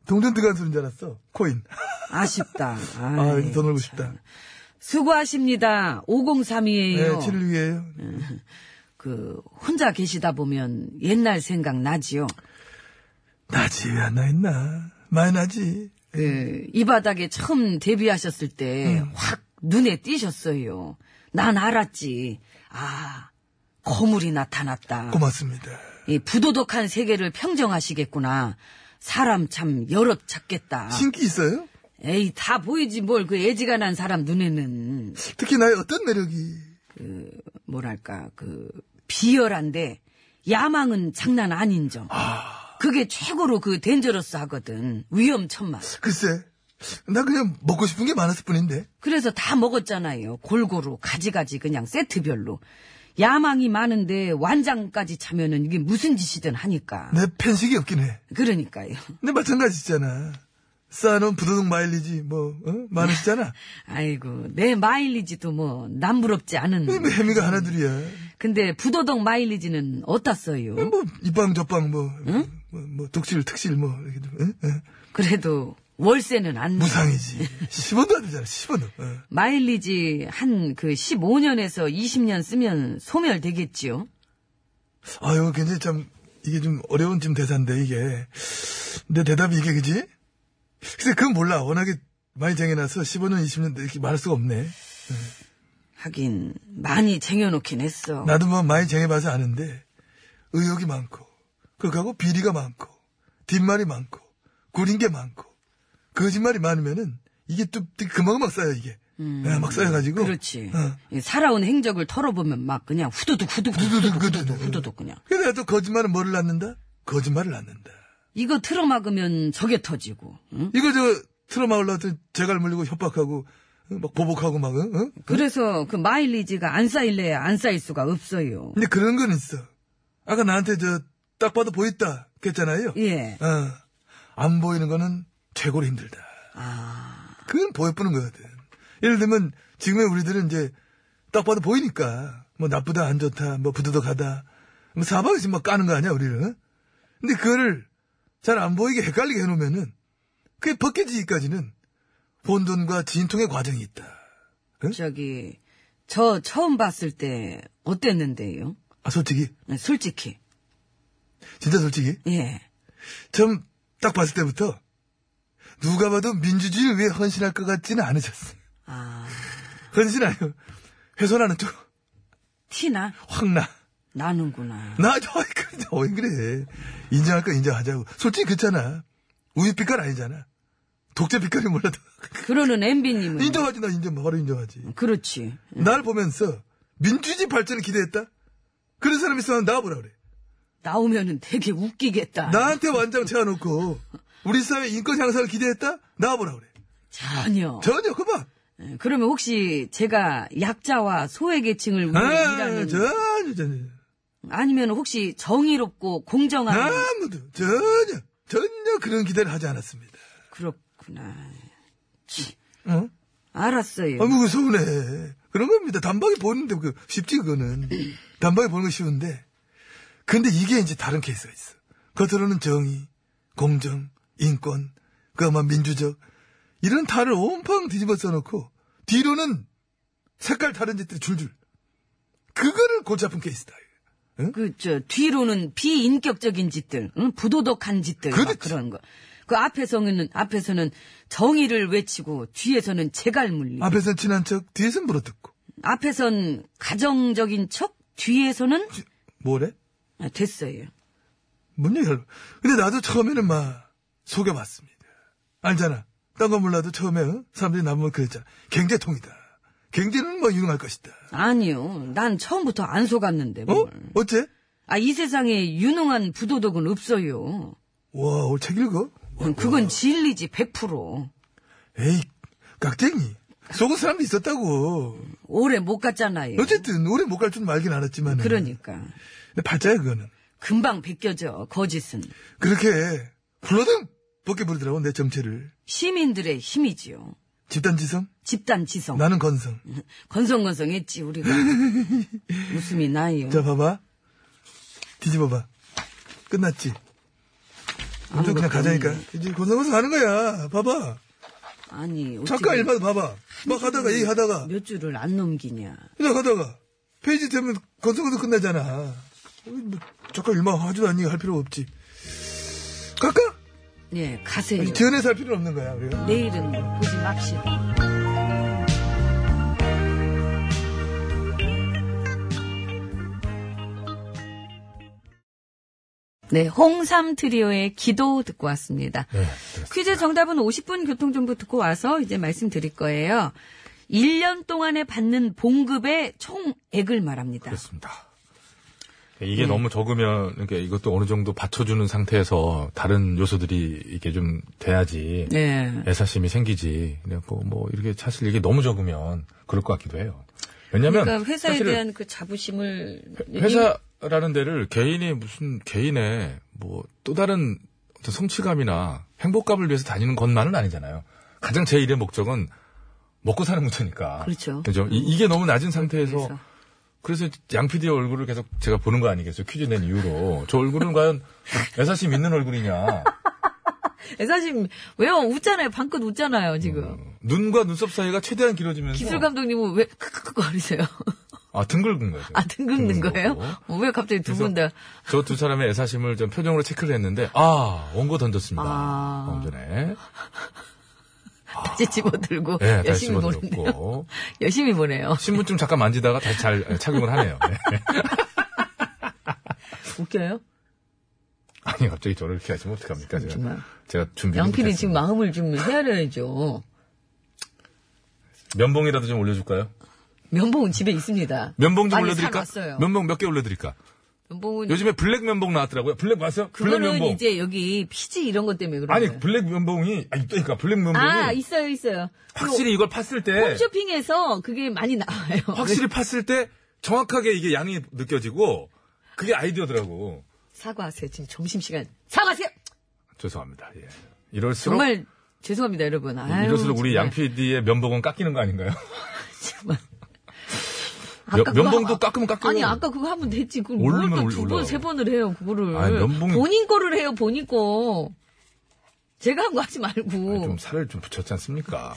Speaker 4: 동전 들어간 소리인 줄 알았어 코인
Speaker 3: 아쉽다. 아이,
Speaker 4: 아 이거 더 놀고 싶다
Speaker 3: 수고하십니다. 5032예요.
Speaker 4: 네 치를 위해요
Speaker 3: 그 혼자 계시다 보면 옛날 생각 나지요.
Speaker 4: 나지 왜 안 나있나 많이 나지
Speaker 3: 그 이 바닥에 처음 데뷔하셨을 때
Speaker 4: 음.
Speaker 3: 확 눈에 띄셨어요. 난 알았지. 아 거물이 나타났다.
Speaker 4: 고맙습니다
Speaker 3: 이 부도덕한 세계를 평정하시겠구나. 사람 참 여럿 찾겠다.
Speaker 4: 신기 있어요?
Speaker 3: 에이 다 보이지 뭘 그 애지간한 사람 눈에는
Speaker 4: 특히 나의 어떤 매력이
Speaker 3: 뭐랄까 그 비열한데 야망은 장난 아닌 점. 그게 최고로 그 덴저러스 하거든 위험천만.
Speaker 4: 글쎄 나 그냥 먹고 싶은 게 많았을 뿐인데
Speaker 3: 그래서 다 먹었잖아요 골고루 가지가지 그냥 세트별로. 야망이 많은데 완장까지 차면은 이게 무슨 짓이든 하니까.
Speaker 4: 내 편식이 없긴 해내
Speaker 3: 그러니까요.
Speaker 4: 마찬가지잖아 쌓아놓은 부도덕 마일리지 뭐 어? 많으시잖아
Speaker 3: 아이고 내 마일리지도 뭐 남부럽지 않은.
Speaker 4: 뭐 혜미가 하나둘이야
Speaker 3: 근데 부도덕 마일리지는 어디다 써요?
Speaker 4: 뭐 이빵 저빵 뭐, 뭐, 뭐 독실 특실 뭐 이렇게 좀, 응? 응?
Speaker 3: 그래도 월세는 안 내.
Speaker 4: 무상이지 10원도 안 되잖아 10원도 어.
Speaker 3: 마일리지 한 그 15년에서 20년 쓰면 소멸되겠지요.
Speaker 4: 아 이거 굉장히 참 이게 좀 어려운 좀 대사인데 이게 내 대답이 이게 그지? 글쎄 그건 몰라 워낙에 많이 쟁여놔서 15년 20년 이렇게 말할 수가 없네
Speaker 3: 하긴 많이 쟁여놓긴 했어.
Speaker 4: 나도 뭐 많이 정해봐서 아는데 의욕이 많고 그하고 비리가 많고 뒷말이 많고 구린 게 많고 거짓말이 많으면은 이게 또 되게 금방금방 쌓여 이게 예, 막 쌓여가지고
Speaker 3: 음. 그렇지.
Speaker 4: 어.
Speaker 3: 이 살아온 행적을 털어보면 막 그냥 후두둑 후두둑
Speaker 4: 후두둑,
Speaker 3: 후두둑 후두둑
Speaker 4: 후두둑.
Speaker 3: 후두둑 그냥.
Speaker 4: 그래야 또 거짓말은 뭐를 낳는다? 거짓말을 낳는다
Speaker 3: 이거 틀어막으면 저게 터지고. 응?
Speaker 4: 이거 저 트라마 올라왔더니 제갈 물리고 협박하고 어, 막 보복하고 막 응? 응?
Speaker 3: 그래서 그 마일리지가 안 쌓일래야 안 쌓일 수가 없어요.
Speaker 4: 근데 그런 건 있어 아까 나한테 저 딱 봐도 보였다 그랬잖아요
Speaker 3: 예.
Speaker 4: 어, 안 보이는 거는 최고로 힘들다. 그건 보여보는 거거든. 예를 들면, 지금의 우리들은 이제, 딱 봐도 보이니까, 뭐 나쁘다, 안 좋다, 뭐 부도덕하다, 뭐 사방에서 막 까는 거 아니야, 우리를. 근데 그거를 잘 안 보이게 헷갈리게 해놓으면은 그게 벗겨지기까지는 혼돈과 진통의 과정이 있다.
Speaker 3: 저기, 저 처음 봤을 때 어땠는데요?
Speaker 4: 아, 솔직히,
Speaker 3: 솔직히.
Speaker 4: 진짜 솔직히,
Speaker 3: 예.
Speaker 4: 처음 딱 봤을 때부터 누가 봐도 민주주의를 위해 헌신할 것 같지는 않으셨어요.
Speaker 3: 아,
Speaker 4: 헌신 아니고 훼손하는 쪽 확
Speaker 3: 티나?
Speaker 4: 나.
Speaker 3: 나는구나.
Speaker 4: 나, 어이, 그래, 어이, 그래. 인정할 거 인정하자고. 솔직히 그렇잖아. 우유 빛깔 아니잖아. 독재 빛깔이 몰라도.
Speaker 3: 그러는 엠비님은.
Speaker 4: 인정하지, 나 인정, 바로 인정하지.
Speaker 3: 그렇지.
Speaker 4: 날 보면서 민주주의 발전을 기대했다? 그런 사람이 있으면 나와보라 그래.
Speaker 3: 나오면은 되게 웃기겠다.
Speaker 4: 나한테 완장 채워놓고 우리 사회 인권 향상을 기대했다? 나와보라 그래.
Speaker 3: 전혀.
Speaker 4: 전혀 그만.
Speaker 3: 예, 그러면 혹시 제가 약자와 소외계층을 위해
Speaker 4: 아,
Speaker 3: 일하는.
Speaker 4: 전혀, 전혀.
Speaker 3: 아니면 혹시 정의롭고 공정한.
Speaker 4: 아무도 전혀 전혀 그런 기대를 하지 않았습니다.
Speaker 3: 그렇구나. 치,
Speaker 4: 어?
Speaker 3: 알았어요.
Speaker 4: 아무 그 서운해. 그런 겁니다. 단박에 보는데 그 쉽지 그거는 단박에 보는 건 쉬운데 근데 이게 이제 다른 케이스가 있어. 겉으로는 정의, 공정, 인권, 그만 민주적 이런 탈을 온팡 뒤집어 써놓고 뒤로는 색깔 다른 짓들이 줄줄. 그거를 골치 아픈 케이스다.
Speaker 3: 그, 저, 뒤로는 비인격적인 짓들, 응? 부도덕한 짓들, 막
Speaker 4: 그렇지.
Speaker 3: 그런 거. 그 앞에서는, 앞에서는 정의를 외치고, 뒤에서는 재갈물리.
Speaker 4: 앞에선 친한 척, 뒤에선 물어뜯고.
Speaker 3: 앞에선 가정적인 척, 뒤에서는,
Speaker 4: 뭐래?
Speaker 3: 아, 됐어요.
Speaker 4: 뭔 얘기 하려고. 근데 나도 처음에는 막, 속여봤습니다. 알잖아. 딴 거 몰라도 처음에, 어? 사람들이 나보고 그랬잖아. 경제통이다. 경제는 뭐 유능할 것이다.
Speaker 3: 아니요. 난 처음부터 안 속았는데,
Speaker 4: 어?
Speaker 3: 뭘.
Speaker 4: 어째?
Speaker 3: 아, 이 세상에 유능한 부도덕은 없어요.
Speaker 4: 와, 오늘 책 읽어?
Speaker 3: 그건 진리지, 100%.
Speaker 4: 에이, 깍쟁이. 속은 사람도 있었다고.
Speaker 3: 오래 못 갔잖아요.
Speaker 4: 어쨌든, 오래 못 갈 줄 알긴 알았지만.
Speaker 3: 예. 그러니까.
Speaker 4: 팔자야, 그거는.
Speaker 3: 금방 벗겨져, 거짓은.
Speaker 4: 그렇게, 불러등! 벗게 부르더라고, 내 정체를.
Speaker 3: 시민들의 힘이지요.
Speaker 4: 집단지성?
Speaker 3: 집단 지성.
Speaker 4: 나는 건성.
Speaker 3: 예. 건성건성했지 우리가 웃음이 나요.
Speaker 4: 자, 봐봐. 뒤집어봐. 끝났지? 좀 그냥
Speaker 3: 아무것도
Speaker 4: 가자니까.
Speaker 3: 없네.
Speaker 4: 이제 고생고생 하는 거야. 봐봐.
Speaker 3: 아니 어찌
Speaker 4: 잠깐
Speaker 3: 그-
Speaker 4: 일만 봐봐. 막 하다가, 얘기 하다가.
Speaker 3: 몇 줄을 안 넘기냐.
Speaker 4: 그냥 하다가. 페이지 되면 건성고생 끝나잖아. 뭐, 잠깐 일만 하지도 않니? 할 필요 없지. 갈까?
Speaker 3: 예 가세요.
Speaker 4: 아니, 지연해서 할 필요는 없는 거야, 우리가.
Speaker 3: 내일은 보지 맙시다. 네, 홍삼 트리오의 기도 듣고 왔습니다.
Speaker 1: 네,
Speaker 3: 퀴즈 정답은 50분 교통정보 듣고 와서 이제 말씀드릴 거예요. 1년 동안에 받는 봉급의 총액을 말합니다.
Speaker 1: 그렇습니다.
Speaker 3: 네.
Speaker 1: 이게 너무 적으면 이렇게 이것도 어느 정도 받쳐주는 상태에서 다른 요소들이 이게 좀 돼야지
Speaker 3: 네.
Speaker 1: 애사심이 생기지. 그래갖고 뭐 이렇게 사실 이게 너무 적으면 그럴 것 같기도 해요. 왜냐면
Speaker 3: 그러니까 회사에
Speaker 1: 사실은
Speaker 3: 대한 그 자부심을
Speaker 1: 회사라는 데를 개인이 무슨 개인의 뭐 또 다른 어떤 성취감이나 행복감을 위해서 다니는 것만은 아니잖아요. 가장 제 일의 목적은 먹고 사는 문제니까.
Speaker 3: 그렇죠.
Speaker 1: 이, 게 너무 낮은 상태에서
Speaker 3: 그래서.
Speaker 1: 그래서 양 PD의 얼굴을 계속 제가 보는 거 아니겠어요? 퀴즈 낸 이후로. 저 얼굴은 과연 애사심 있는 얼굴이냐.
Speaker 3: 사실 왜요? 웃잖아요. 방긋 웃잖아요, 지금.
Speaker 1: 음, 눈과 눈썹 사이가 최대한 길어지면서.
Speaker 3: 기술 감독님은 왜 크크크거리세요?
Speaker 1: 아, 등글근 거예요.
Speaker 3: 안 뜬금는 거예요?
Speaker 1: 거고.
Speaker 3: 어, 왜 갑자기 두 분 다?
Speaker 1: 저 두 사람의 애사심을 좀 표정으로 체크를 했는데, 아, 원고 던졌습니다.
Speaker 3: 아.
Speaker 1: 방금 전에.
Speaker 3: 다시 집어들고
Speaker 1: 예, 다시
Speaker 3: 열심히 보네요.
Speaker 1: 집어들었고.
Speaker 3: 열심히 보네요.
Speaker 1: 신분증 잠깐 만지다가 다시 잘 예, 착용을 하네요. 네.
Speaker 3: 웃겨요?
Speaker 1: 아니, 갑자기 저를 이렇게 하시면 어떡합니까,
Speaker 3: 정말.
Speaker 1: 제가. 제가 준비를
Speaker 3: 양필이 지금
Speaker 1: 못했습니다.
Speaker 3: 마음을 좀 헤아려야죠.
Speaker 1: 면봉이라도 좀 올려줄까요?
Speaker 3: 면봉은 집에 있습니다.
Speaker 1: 면봉 좀
Speaker 3: 아니,
Speaker 1: 올려드릴까?
Speaker 3: 사놨어요.
Speaker 1: 면봉 몇 개 올려드릴까?
Speaker 3: 면봉은
Speaker 1: 요즘에 블랙 면봉 나왔더라고요. 블랙 봤어요? 블랙
Speaker 3: 그거는
Speaker 1: 면봉.
Speaker 3: 이제 여기 피지 이런 것 때문에 그런
Speaker 1: 아니,
Speaker 3: 거예요.
Speaker 1: 블랙 면봉이, 아니, 그러니까 블랙 면봉이.
Speaker 3: 아 뭐. 있어요 있어요.
Speaker 1: 확실히 이걸 팠을
Speaker 3: 그거
Speaker 1: 때,
Speaker 3: 홈쇼핑에서 그게 많이 나와요.
Speaker 1: 확실히 팠을 때 정확하게 이게 양이 느껴지고, 그게 아이디어더라고.
Speaker 3: 사과하세요. 지금 점심시간. 사과하세요!
Speaker 1: 죄송합니다. 예. 이럴수록
Speaker 3: 정말 죄송합니다, 여러분. 아유,
Speaker 1: 이럴수록 우리
Speaker 3: 정말.
Speaker 1: 양 PD의 면봉은 깎이는 거 아닌가요?
Speaker 3: 정말.
Speaker 1: 면-
Speaker 3: 그거
Speaker 1: 면봉도
Speaker 3: 하-
Speaker 1: 깎으면 깎여요.
Speaker 3: 아니 아까 그거 하면 됐지. 그걸
Speaker 1: 올리면
Speaker 3: 뭘또
Speaker 1: 올리-
Speaker 3: 두 번,
Speaker 1: 올라가요.
Speaker 3: 세 번을 해요. 그거를.
Speaker 1: 아니, 면봉이-
Speaker 3: 본인 거를 해요. 본인 거. 제가 한 거 하지 말고.
Speaker 1: 좀 살을 좀 붙였지 않습니까?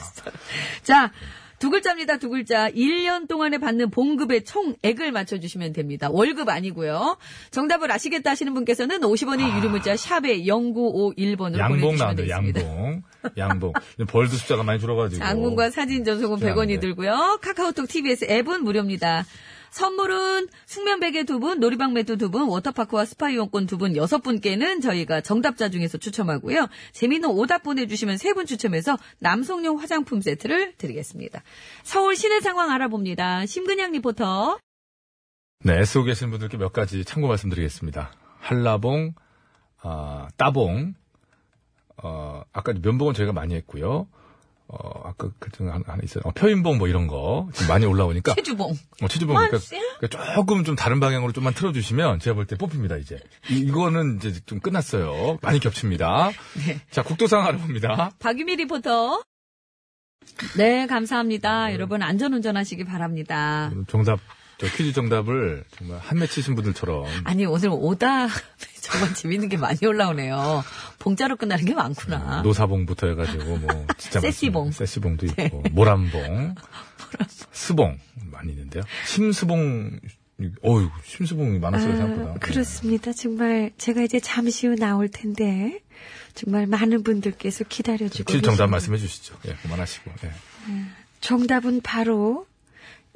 Speaker 3: 자, 두 글자입니다. 두 글자. 1년 동안에 받는 봉급의 총액을 맞춰주시면 됩니다. 월급 아니고요. 정답을 아시겠다 하시는 분께서는 50원의 유료문자 샵에 0951번으로
Speaker 1: 아. 양봉
Speaker 3: 보내주시면
Speaker 1: 나왔네요.
Speaker 3: 되겠습니다.
Speaker 1: 양봉. 양봉. 이제 벌도 숫자가 많이 줄어가지고.
Speaker 3: 장문과 네. 사진 전송은 100원이
Speaker 1: 네.
Speaker 3: 들고요. 카카오톡 TBS 앱은 무료입니다. 선물은 숙면 베개 두 분, 놀이방 매트 두 분, 워터파크와 스파 이용권 두 분, 여섯 분께는 저희가 정답자 중에서 추첨하고요. 재미있는 오답 보내주시면 세 분 추첨해서 남성용 화장품 세트를 드리겠습니다. 서울 시내 상황 알아봅니다. 심근양 리포터.
Speaker 1: 네, 애쓰고 계시는 분들께 몇 가지 참고 말씀드리겠습니다. 한라봉, 아, 따봉, 어, 아까 면봉은 저희가 많이 했고요. 어, 아까 그중 하나 하나 있어요. 어, 표인봉 뭐 이런 거 지금 많이 올라오니까.
Speaker 3: 최주봉.
Speaker 1: 어, 체주봉
Speaker 3: 아,
Speaker 1: 그러니까, 그러니까 조금 좀 다른 방향으로 좀만 틀어주시면 제가 볼 때 뽑힙니다 이제. 이, 거는 이제 좀 끝났어요. 많이 겹칩니다.
Speaker 3: 네.
Speaker 1: 자, 국도상 알아봅니다.
Speaker 3: 박유미 리포터. 네, 감사합니다. 여러분 안전 운전하시기 바랍니다.
Speaker 1: 음, 정답, 저 퀴즈 정답을 정말 한 매치신 분들처럼
Speaker 3: 아니 오늘 오다 정말 재밌는 게 많이 올라오네요. 봉자로 끝나는 게 많구나.
Speaker 1: 노사봉부터 해가지고 뭐 진짜
Speaker 3: 아. 세시봉.
Speaker 1: 많습니다. 세시봉도 있고 모란봉, 스봉 많이 있는데요. 심수봉, 어유 심수봉이 많았어요
Speaker 3: 아,
Speaker 1: 생각보다. 예.
Speaker 8: 음, 그렇습니다. 정말 제가 이제 잠시 후 나올 텐데 정말 많은 분들께서 기다려주고
Speaker 1: 퀴즈 정답
Speaker 8: 계십니다.
Speaker 1: 말씀해 주시죠. 예, 그만하시고. 예.
Speaker 8: 정답은 바로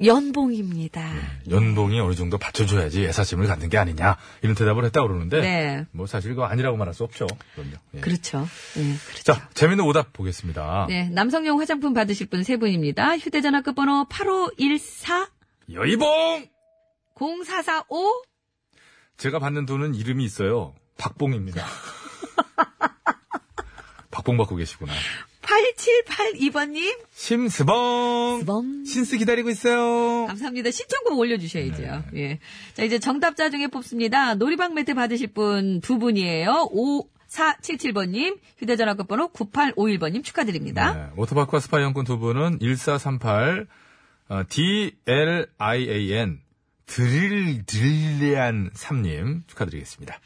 Speaker 8: 연봉입니다.
Speaker 1: 연봉이 어느 정도 받쳐줘야지 애사심을 갖는 게 아니냐 이런 대답을 했다 고 그러는데
Speaker 3: 네.
Speaker 1: 뭐 사실 그거 아니라고 말할 수 없죠. 그럼요. 예.
Speaker 3: 그렇죠. 네, 그렇죠.
Speaker 1: 자 재밌는 오답 보겠습니다.
Speaker 3: 네, 남성용 화장품 받으실 분 세 분입니다. 휴대전화 끝번호 8514
Speaker 1: 여의봉
Speaker 3: 0445
Speaker 1: 제가 받는 돈은 이름이 있어요. 박봉입니다. 박봉 받고 계시구나.
Speaker 3: 8782번님.
Speaker 1: 심스봉 신스 기다리고 있어요.
Speaker 3: 감사합니다. 신청곡
Speaker 1: 네,
Speaker 3: 올려주셔야죠. 예. 자, 이제 정답자 중에 뽑습니다. 놀이방 매트 받으실 분 두 분이에요. 5477번님, 휴대전화 끝번호 9851번님 축하드립니다.
Speaker 1: 네, 워터파크와 스파 연권 두 분은 1438 어, DLIAN 드릴 드릴리안 3님 축하드리겠습니다.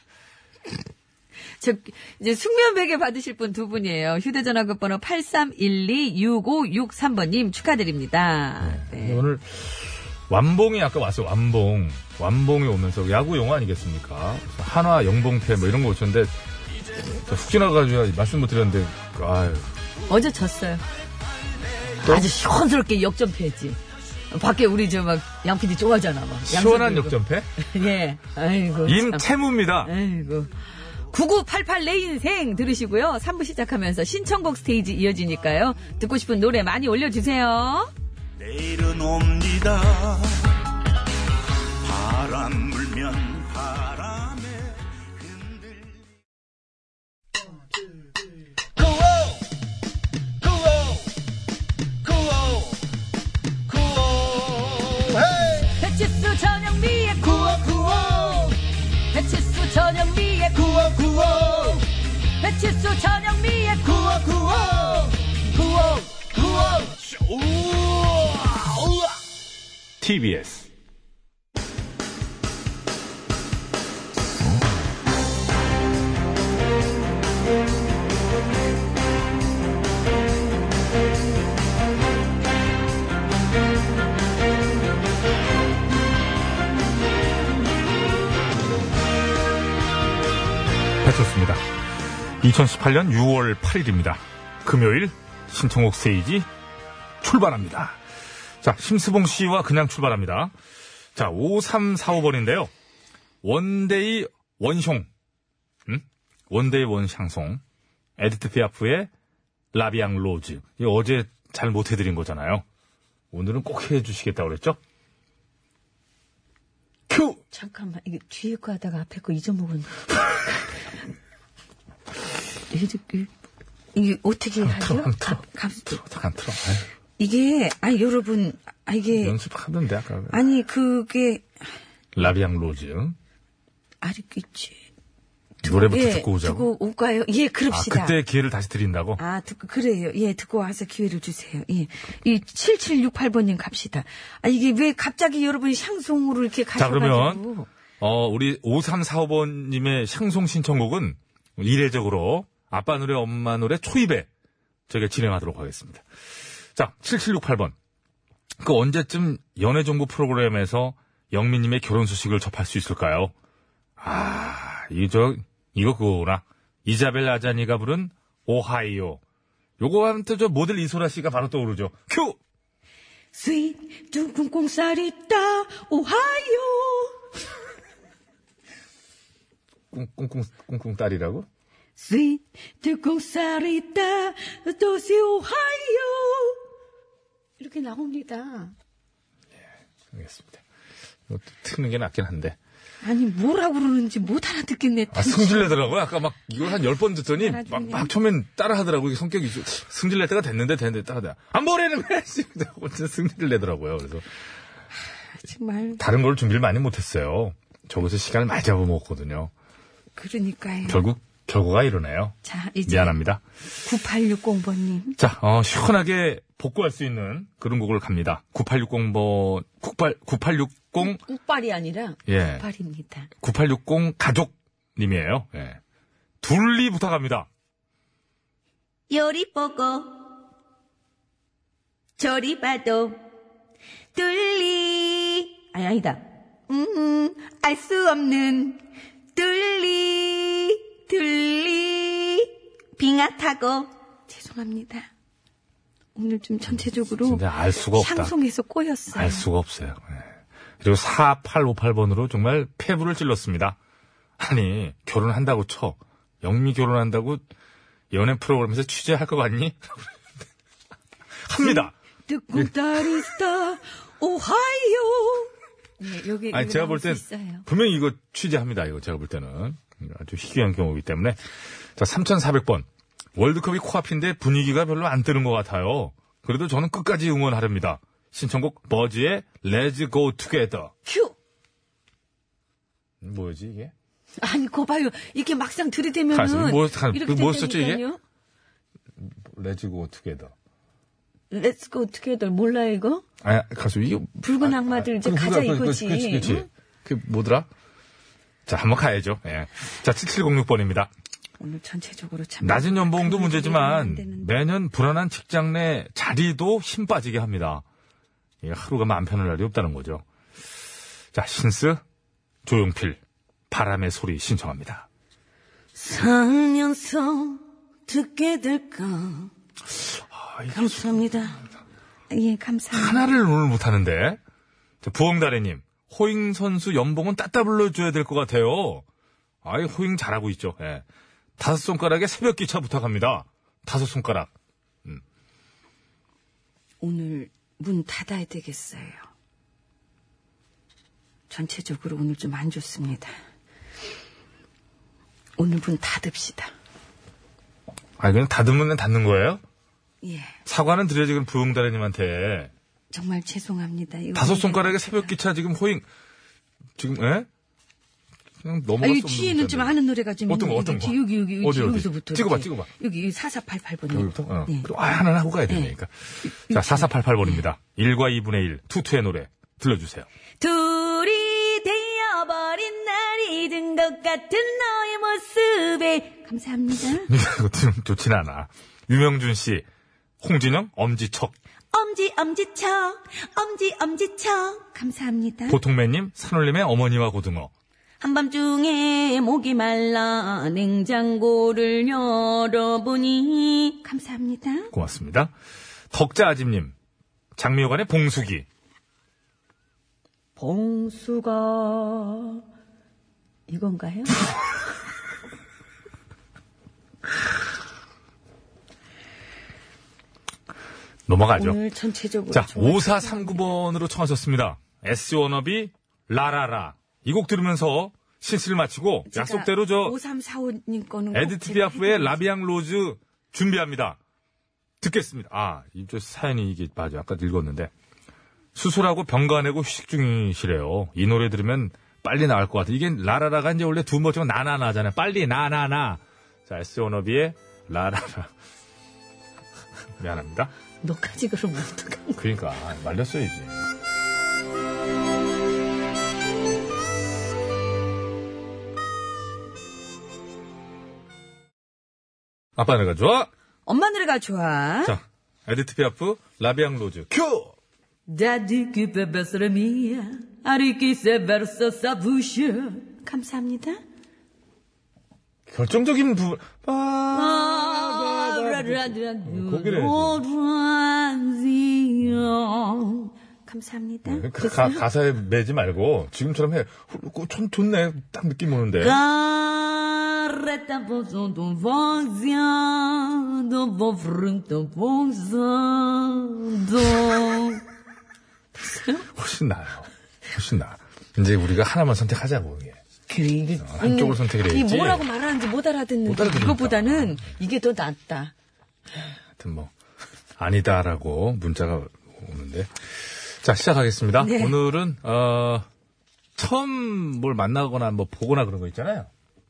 Speaker 3: 저, 이제 숙면 베개 받으실 분 두 분이에요. 휴대전화 끝번호 83126563번님 축하드립니다.
Speaker 1: 근데
Speaker 3: 네.
Speaker 1: 오늘 완봉이 아까 왔어요. 완봉. 완봉이 오면서 야구 용어 아니겠습니까? 한화 영봉패 뭐 이런 거 오셨는데 저 훅 지나가지고 말씀 못 드렸는데 아유
Speaker 3: 어제 졌어요. 아주 시원스럽게 역전패했지. 어, 밖에 우리 저 막 양피디 좋아하잖아. 막. 양손
Speaker 1: 시원한
Speaker 3: 들고.
Speaker 1: 역전패?
Speaker 3: 예. 아이고. 참.
Speaker 1: 임채무입니다.
Speaker 3: 아이고. 9988 내 인생 들으시고요. 3부 시작하면서 신청곡 스테이지 이어지니까요. 듣고 싶은 노래 많이 올려주세요.
Speaker 7: 내일은 옵니다. 바람 불면 바람에 흔들. 구호 구호 구호 구호 헤이
Speaker 3: 배치수 전영미의
Speaker 7: 구호 구호
Speaker 3: 배치수 전영미의
Speaker 7: 구호 구호
Speaker 3: 배치수 전영미의
Speaker 7: 구호 구호 구호 구호 우와 우와
Speaker 1: TBS. 배쳤습니다. 2018년 6월 8일입니다. 금요일 신청곡 세이지 출발합니다. 자, 심수봉 씨와 그냥 출발합니다. 자, 5345번인데요. 원데이 원숑. 응? 원데이 원샹송. 에디트 피아프의 라비앙 로즈. 이거 어제 잘 못해드린 거잖아요. 오늘은 꼭 해주시겠다고 그랬죠? 큐!
Speaker 3: 잠깐만 이게 뒤에 거 하다가 앞에 거 잊어먹은. 이게, 이게 어떻게 하죠?
Speaker 1: 안 틀어.
Speaker 3: 감-
Speaker 1: 틀어, 안 틀어. 아유,
Speaker 3: 이게 아 여러분 아 이게
Speaker 1: 음. 연습하면 돼, 네. 아까.
Speaker 3: 아니 그게
Speaker 1: 라비앙 로즈.
Speaker 3: 아리끼지
Speaker 1: 노래부터
Speaker 3: 예,
Speaker 1: 듣고 오자고.
Speaker 3: 듣고 올까요? 예,
Speaker 1: 아,
Speaker 3: 그럽시다.
Speaker 1: 그때 기회를 다시 드린다고?
Speaker 3: 아, 듣고, 그래요. 예, 듣고 와서 기회를 주세요. 예. 이 7768번님 갑시다. 아, 이게 왜 갑자기 여러분이 샹송으로 이렇게
Speaker 1: 자,
Speaker 3: 가셔가지고.
Speaker 1: 그러면, 어, 우리 5345번님의 샹송 신청곡은 이례적으로 아빠 노래, 엄마 노래 초입에 저희가 진행하도록 하겠습니다. 자, 7768번. 그 언제쯤 연애정보 프로그램에서 영민님의 결혼 소식을 접할 수 있을까요? 아, 이저 이거구나. 이자벨 아자니가 부른 오하이오. 요거 하면 또 저 모델 이소라 씨가 바로 떠오르죠. 큐!
Speaker 3: 스윗 둥콩콩살 있다 오하이오
Speaker 1: 꿍, 꿍꿍, 꿍꿍 딸이라고?
Speaker 3: 스윗 둥콩살 있다 도시 오하이오 이렇게 나옵니다.
Speaker 1: 알겠습니다. 뭐, 트는 게 낫긴 한데.
Speaker 3: 아니 뭐라고 그러는지 못 알아듣겠네.
Speaker 1: 아, 승질내더라고요. 아까 막, 이걸 한 열 번 듣더니, 막, 막 처음엔 따라 하더라고요. 이게 성격이 좀 승질낼 때가 됐는데, 됐는데, 따라 하다. 아, 안 보내는 거야! 씨. 진짜 승질을 내더라고요. 그래서,
Speaker 3: 정말
Speaker 1: 다른 걸 준비를 많이 못했어요. 저기서 시간을 많이 잡아먹었거든요.
Speaker 3: 그러니까요.
Speaker 1: 결국, 결과가 이러네요.
Speaker 3: 자 이제
Speaker 1: 미안합니다.
Speaker 3: 9860번님
Speaker 1: 자, 어, 시원하게 복구할 수 있는 그런 곡을 갑니다. 9860번, 98, 9860,
Speaker 3: 꾹발이 아니라
Speaker 1: 예.
Speaker 3: 꾹발입니다.
Speaker 1: 9860 가족님이에요. 예. 둘리 부탁합니다.
Speaker 3: 요리 보고 저리 봐도 둘리 아니 아니다 음, 알 수 없는 둘리 둘리 빙하 타고 죄송합니다 오늘 좀 전체적으로
Speaker 1: 진짜 알 수가 없다.
Speaker 3: 향송에서 꼬였어요
Speaker 1: 알 수가 없어요. 예. 그리고 4858번으로 정말 폐부를 찔렀습니다. 아니, 결혼한다고 쳐. 영미 결혼한다고 연애 프로그램에서 취재할 것 같니? 합니다.
Speaker 3: 뜨꿍따리스타 오하이오 네, 여기
Speaker 1: 아니,
Speaker 3: 여기
Speaker 1: 제가
Speaker 3: 나올
Speaker 1: 볼
Speaker 3: 수
Speaker 1: 땐,
Speaker 3: 있어요.
Speaker 1: 분명히 이거 취재합니다. 이거 제가 볼 때는. 아주 희귀한 경우이기 때문에. 자, 3400번. 월드컵이 코앞인데 분위기가 별로 안 뜨는 것 같아요. 그래도 저는 끝까지 응원하렵니다. 신청곡 버즈의 Let's Go Together.
Speaker 3: 큐
Speaker 1: 뭐지 이게?
Speaker 3: 아니, 거 봐요. 이렇게 막상
Speaker 1: 아, 지금
Speaker 3: 들이대면은.
Speaker 1: 뭐, 잠깐,
Speaker 3: 이렇게
Speaker 1: 그 뭐였었죠, 이게?
Speaker 3: 된다니까요.
Speaker 1: Let's Go Together.
Speaker 3: Let's go together. 몰라, 이거?
Speaker 1: 아, 가수 이게
Speaker 3: 붉은 악마들 이제 가자, 이거지.
Speaker 1: 아, 그렇지, 그렇지.
Speaker 3: 응?
Speaker 1: 그 뭐더라? 자, 한번 가야죠. 예. 자, 7706번입니다.
Speaker 3: 오늘 전체적으로 참.
Speaker 1: 낮은 연봉도
Speaker 3: 큰 일이
Speaker 1: 문제지만
Speaker 3: 있는데는.
Speaker 1: 매년 불안한 직장 내 자리도 힘 빠지게 합니다. 예, 하루가 마음 편할 날이 없다는 거죠. 자, 신스, 조용필, 바람의 소리 신청합니다.
Speaker 3: 살면서 듣게 될까.
Speaker 1: 아,
Speaker 3: 감사합니다. 예, 감사합니다.
Speaker 1: 하나를 오늘 못하는데. 자, 부엉다래님, 호잉 선수 연봉은 따따블로 줘야 될 것 같아요. 아이, 호잉 잘하고 있죠. 예. 다섯 손가락에 새벽 기차 부탁합니다. 다섯 손가락.
Speaker 3: 오늘 문 닫아야 되겠어요. 전체적으로 오늘 좀 안 좋습니다. 오늘 문 닫읍시다.
Speaker 1: 아, 그냥 닫으면 닫는 거예요?
Speaker 3: 예.
Speaker 1: 사과는 드려야지, 그럼 부엉다래님한테.
Speaker 3: 정말 죄송합니다. 이거
Speaker 1: 다섯 손가락에 새벽 기차 지금 호잉 지금 에? 그냥
Speaker 3: 아,
Speaker 1: 넘어갈
Speaker 3: 이
Speaker 1: 수 없는
Speaker 3: 뒤에는 좀
Speaker 1: 문제인데.
Speaker 3: 하는 노래가 좀
Speaker 1: 어떤 거, 어떤
Speaker 3: 있는데,
Speaker 1: 거?
Speaker 3: 여기 여기
Speaker 1: 어디,
Speaker 3: 여기
Speaker 1: 어디?
Speaker 3: 여기서부터
Speaker 1: 찍어봐,
Speaker 3: 이렇게.
Speaker 1: 찍어봐.
Speaker 3: 여기 4488번
Speaker 1: 여기부터? 어.
Speaker 3: 네.
Speaker 1: 그리고 아, 하나는 하고 가야 되니까. 자, 4488번입니다. 1과 2분의 1, 투투의 노래 들려주세요.
Speaker 3: 둘이 되어버린 날이 든 것 같은 너의 모습에 감사합니다.
Speaker 1: 이거 좀 좋진 않아. 유명준 씨, 홍진영, 엄지척,
Speaker 3: 엄지 엄지척 엄지 엄지척 감사합니다.
Speaker 1: 보통맨님, 산울림의 어머니와 고등어.
Speaker 3: 한밤중에 목이 말라 냉장고를 열어보니 감사합니다.
Speaker 1: 고맙습니다. 덕자 아집님, 장미호관의 봉숙이.
Speaker 3: 봉수가 이건가요?
Speaker 1: 넘어가죠.
Speaker 3: 오늘 네, 전체적으로
Speaker 1: 자,
Speaker 3: 정말
Speaker 1: 5439번으로 청하셨습니다. S 워너비 라라라. 이 곡 들으면서 실시를 마치고
Speaker 3: 제가
Speaker 1: 약속대로 저
Speaker 3: 5345님 거는
Speaker 1: 에디트 비아프의 라비앙 로즈 준비합니다. 듣겠습니다. 아, 이저 사연이 이게 맞아. 아까 읽었는데. 수술하고 병가내고 휴식 중이시래요. 이 노래 들으면 빨리 나올 것 같아. 이게 라라라가 이제 원래 두 번째면 나나나잖아요. 빨리 나나나. 자, S 온업이의 라라라. 미안합니다.
Speaker 3: 너까지 그럼 어떡하
Speaker 1: 그러니까 말렸어야지. 아빠 노래가 좋아.
Speaker 3: 엄마 노래가 좋아.
Speaker 1: 자, 에디트 피아프 라비앙 로즈.
Speaker 9: 큐!
Speaker 3: Daddy, que bebê será minha. Ari que se versa sa bucha.
Speaker 10: 감사합니다.
Speaker 1: 결정적인 부분.
Speaker 3: 아, 라라라,
Speaker 1: 고개를 어, 해야지.
Speaker 3: 노란지요.
Speaker 10: 감사합니다.
Speaker 1: 네, 그 가, 가사에 매지 말고 지금처럼 해. 어, 참 좋네. 딱 느낌 오는데.
Speaker 3: 그 Carreta poção do vozia, do bofrunto pousando.
Speaker 1: 훨씬 나아요. 훨씬 나아. 이제 우리가 하나만 선택하자고. 이게. 어,
Speaker 3: 그래.
Speaker 1: 한쪽을 선택을
Speaker 3: 이
Speaker 1: 해야지.
Speaker 3: 뭐라고 말하는지 못 알아듣는데
Speaker 1: 알아들으니까.
Speaker 3: 이거보다는 이게 더 낫다.
Speaker 1: 하여튼 뭐 아니다라고 문자가 오는데 자 시작하겠습니다. 오늘은 어, 처음 뭘 만나거나 뭐 보거나 그런 거 있잖아요.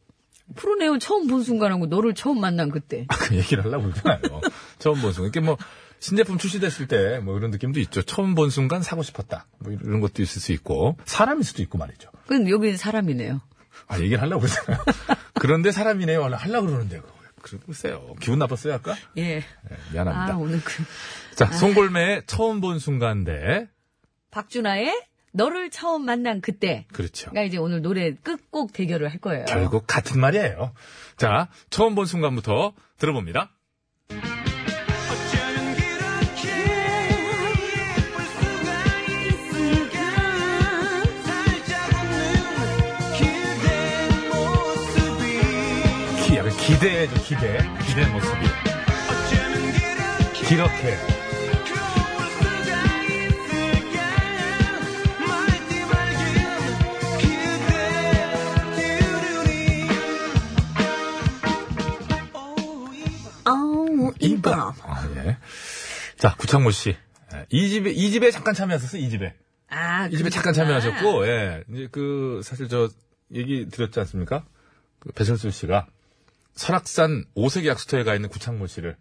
Speaker 3: 프로네온 처음 본 순간하고 너를 처음 만난 그때.
Speaker 1: 아, 그 얘기를 하려고 그러잖아요. 처음 본 순간. 이게 뭐 신제품 출시됐을 때 뭐 이런 느낌도 있죠. 처음 본 순간 사고 싶었다. 뭐 이런 것도 있을 수 있고 사람일 수도 있고 말이죠.
Speaker 3: 그건 여기 사람이네요.
Speaker 1: 아 얘기를 하려고 그러잖아요. 그런데 사람이네요. 하려고 그러는데 그러세요 기분 나빴어요 아까?
Speaker 3: 예.
Speaker 1: 네,
Speaker 3: 아,
Speaker 1: 미안합니다.
Speaker 3: 오늘 그.
Speaker 1: 자 송골매의 처음 본 순간대
Speaker 3: 박준하의 너를 처음 만난 그때.
Speaker 1: 그렇죠.
Speaker 3: 가 이제 오늘 노래 끝곡 대결을 할 거예요.
Speaker 1: 결국 같은 말이에요. 자, 처음 본 순간부터 들어봅니다. 기, 약간 기대죠, 기대. 기대 모습이. 기렇게. 이봐. 아, 예. 자, 구창모 씨. 예, 이 집에, 이 집에 잠깐 참여하셨어요, 이 집에.
Speaker 3: 아,
Speaker 1: 이 집에 잠깐
Speaker 3: 그렇구나.
Speaker 1: 참여하셨고, 예. 이제 그, 사실 저, 얘기 드렸지 않습니까? 그 배철수 씨가 설악산 오색 약수터에 가 있는 구창모 씨를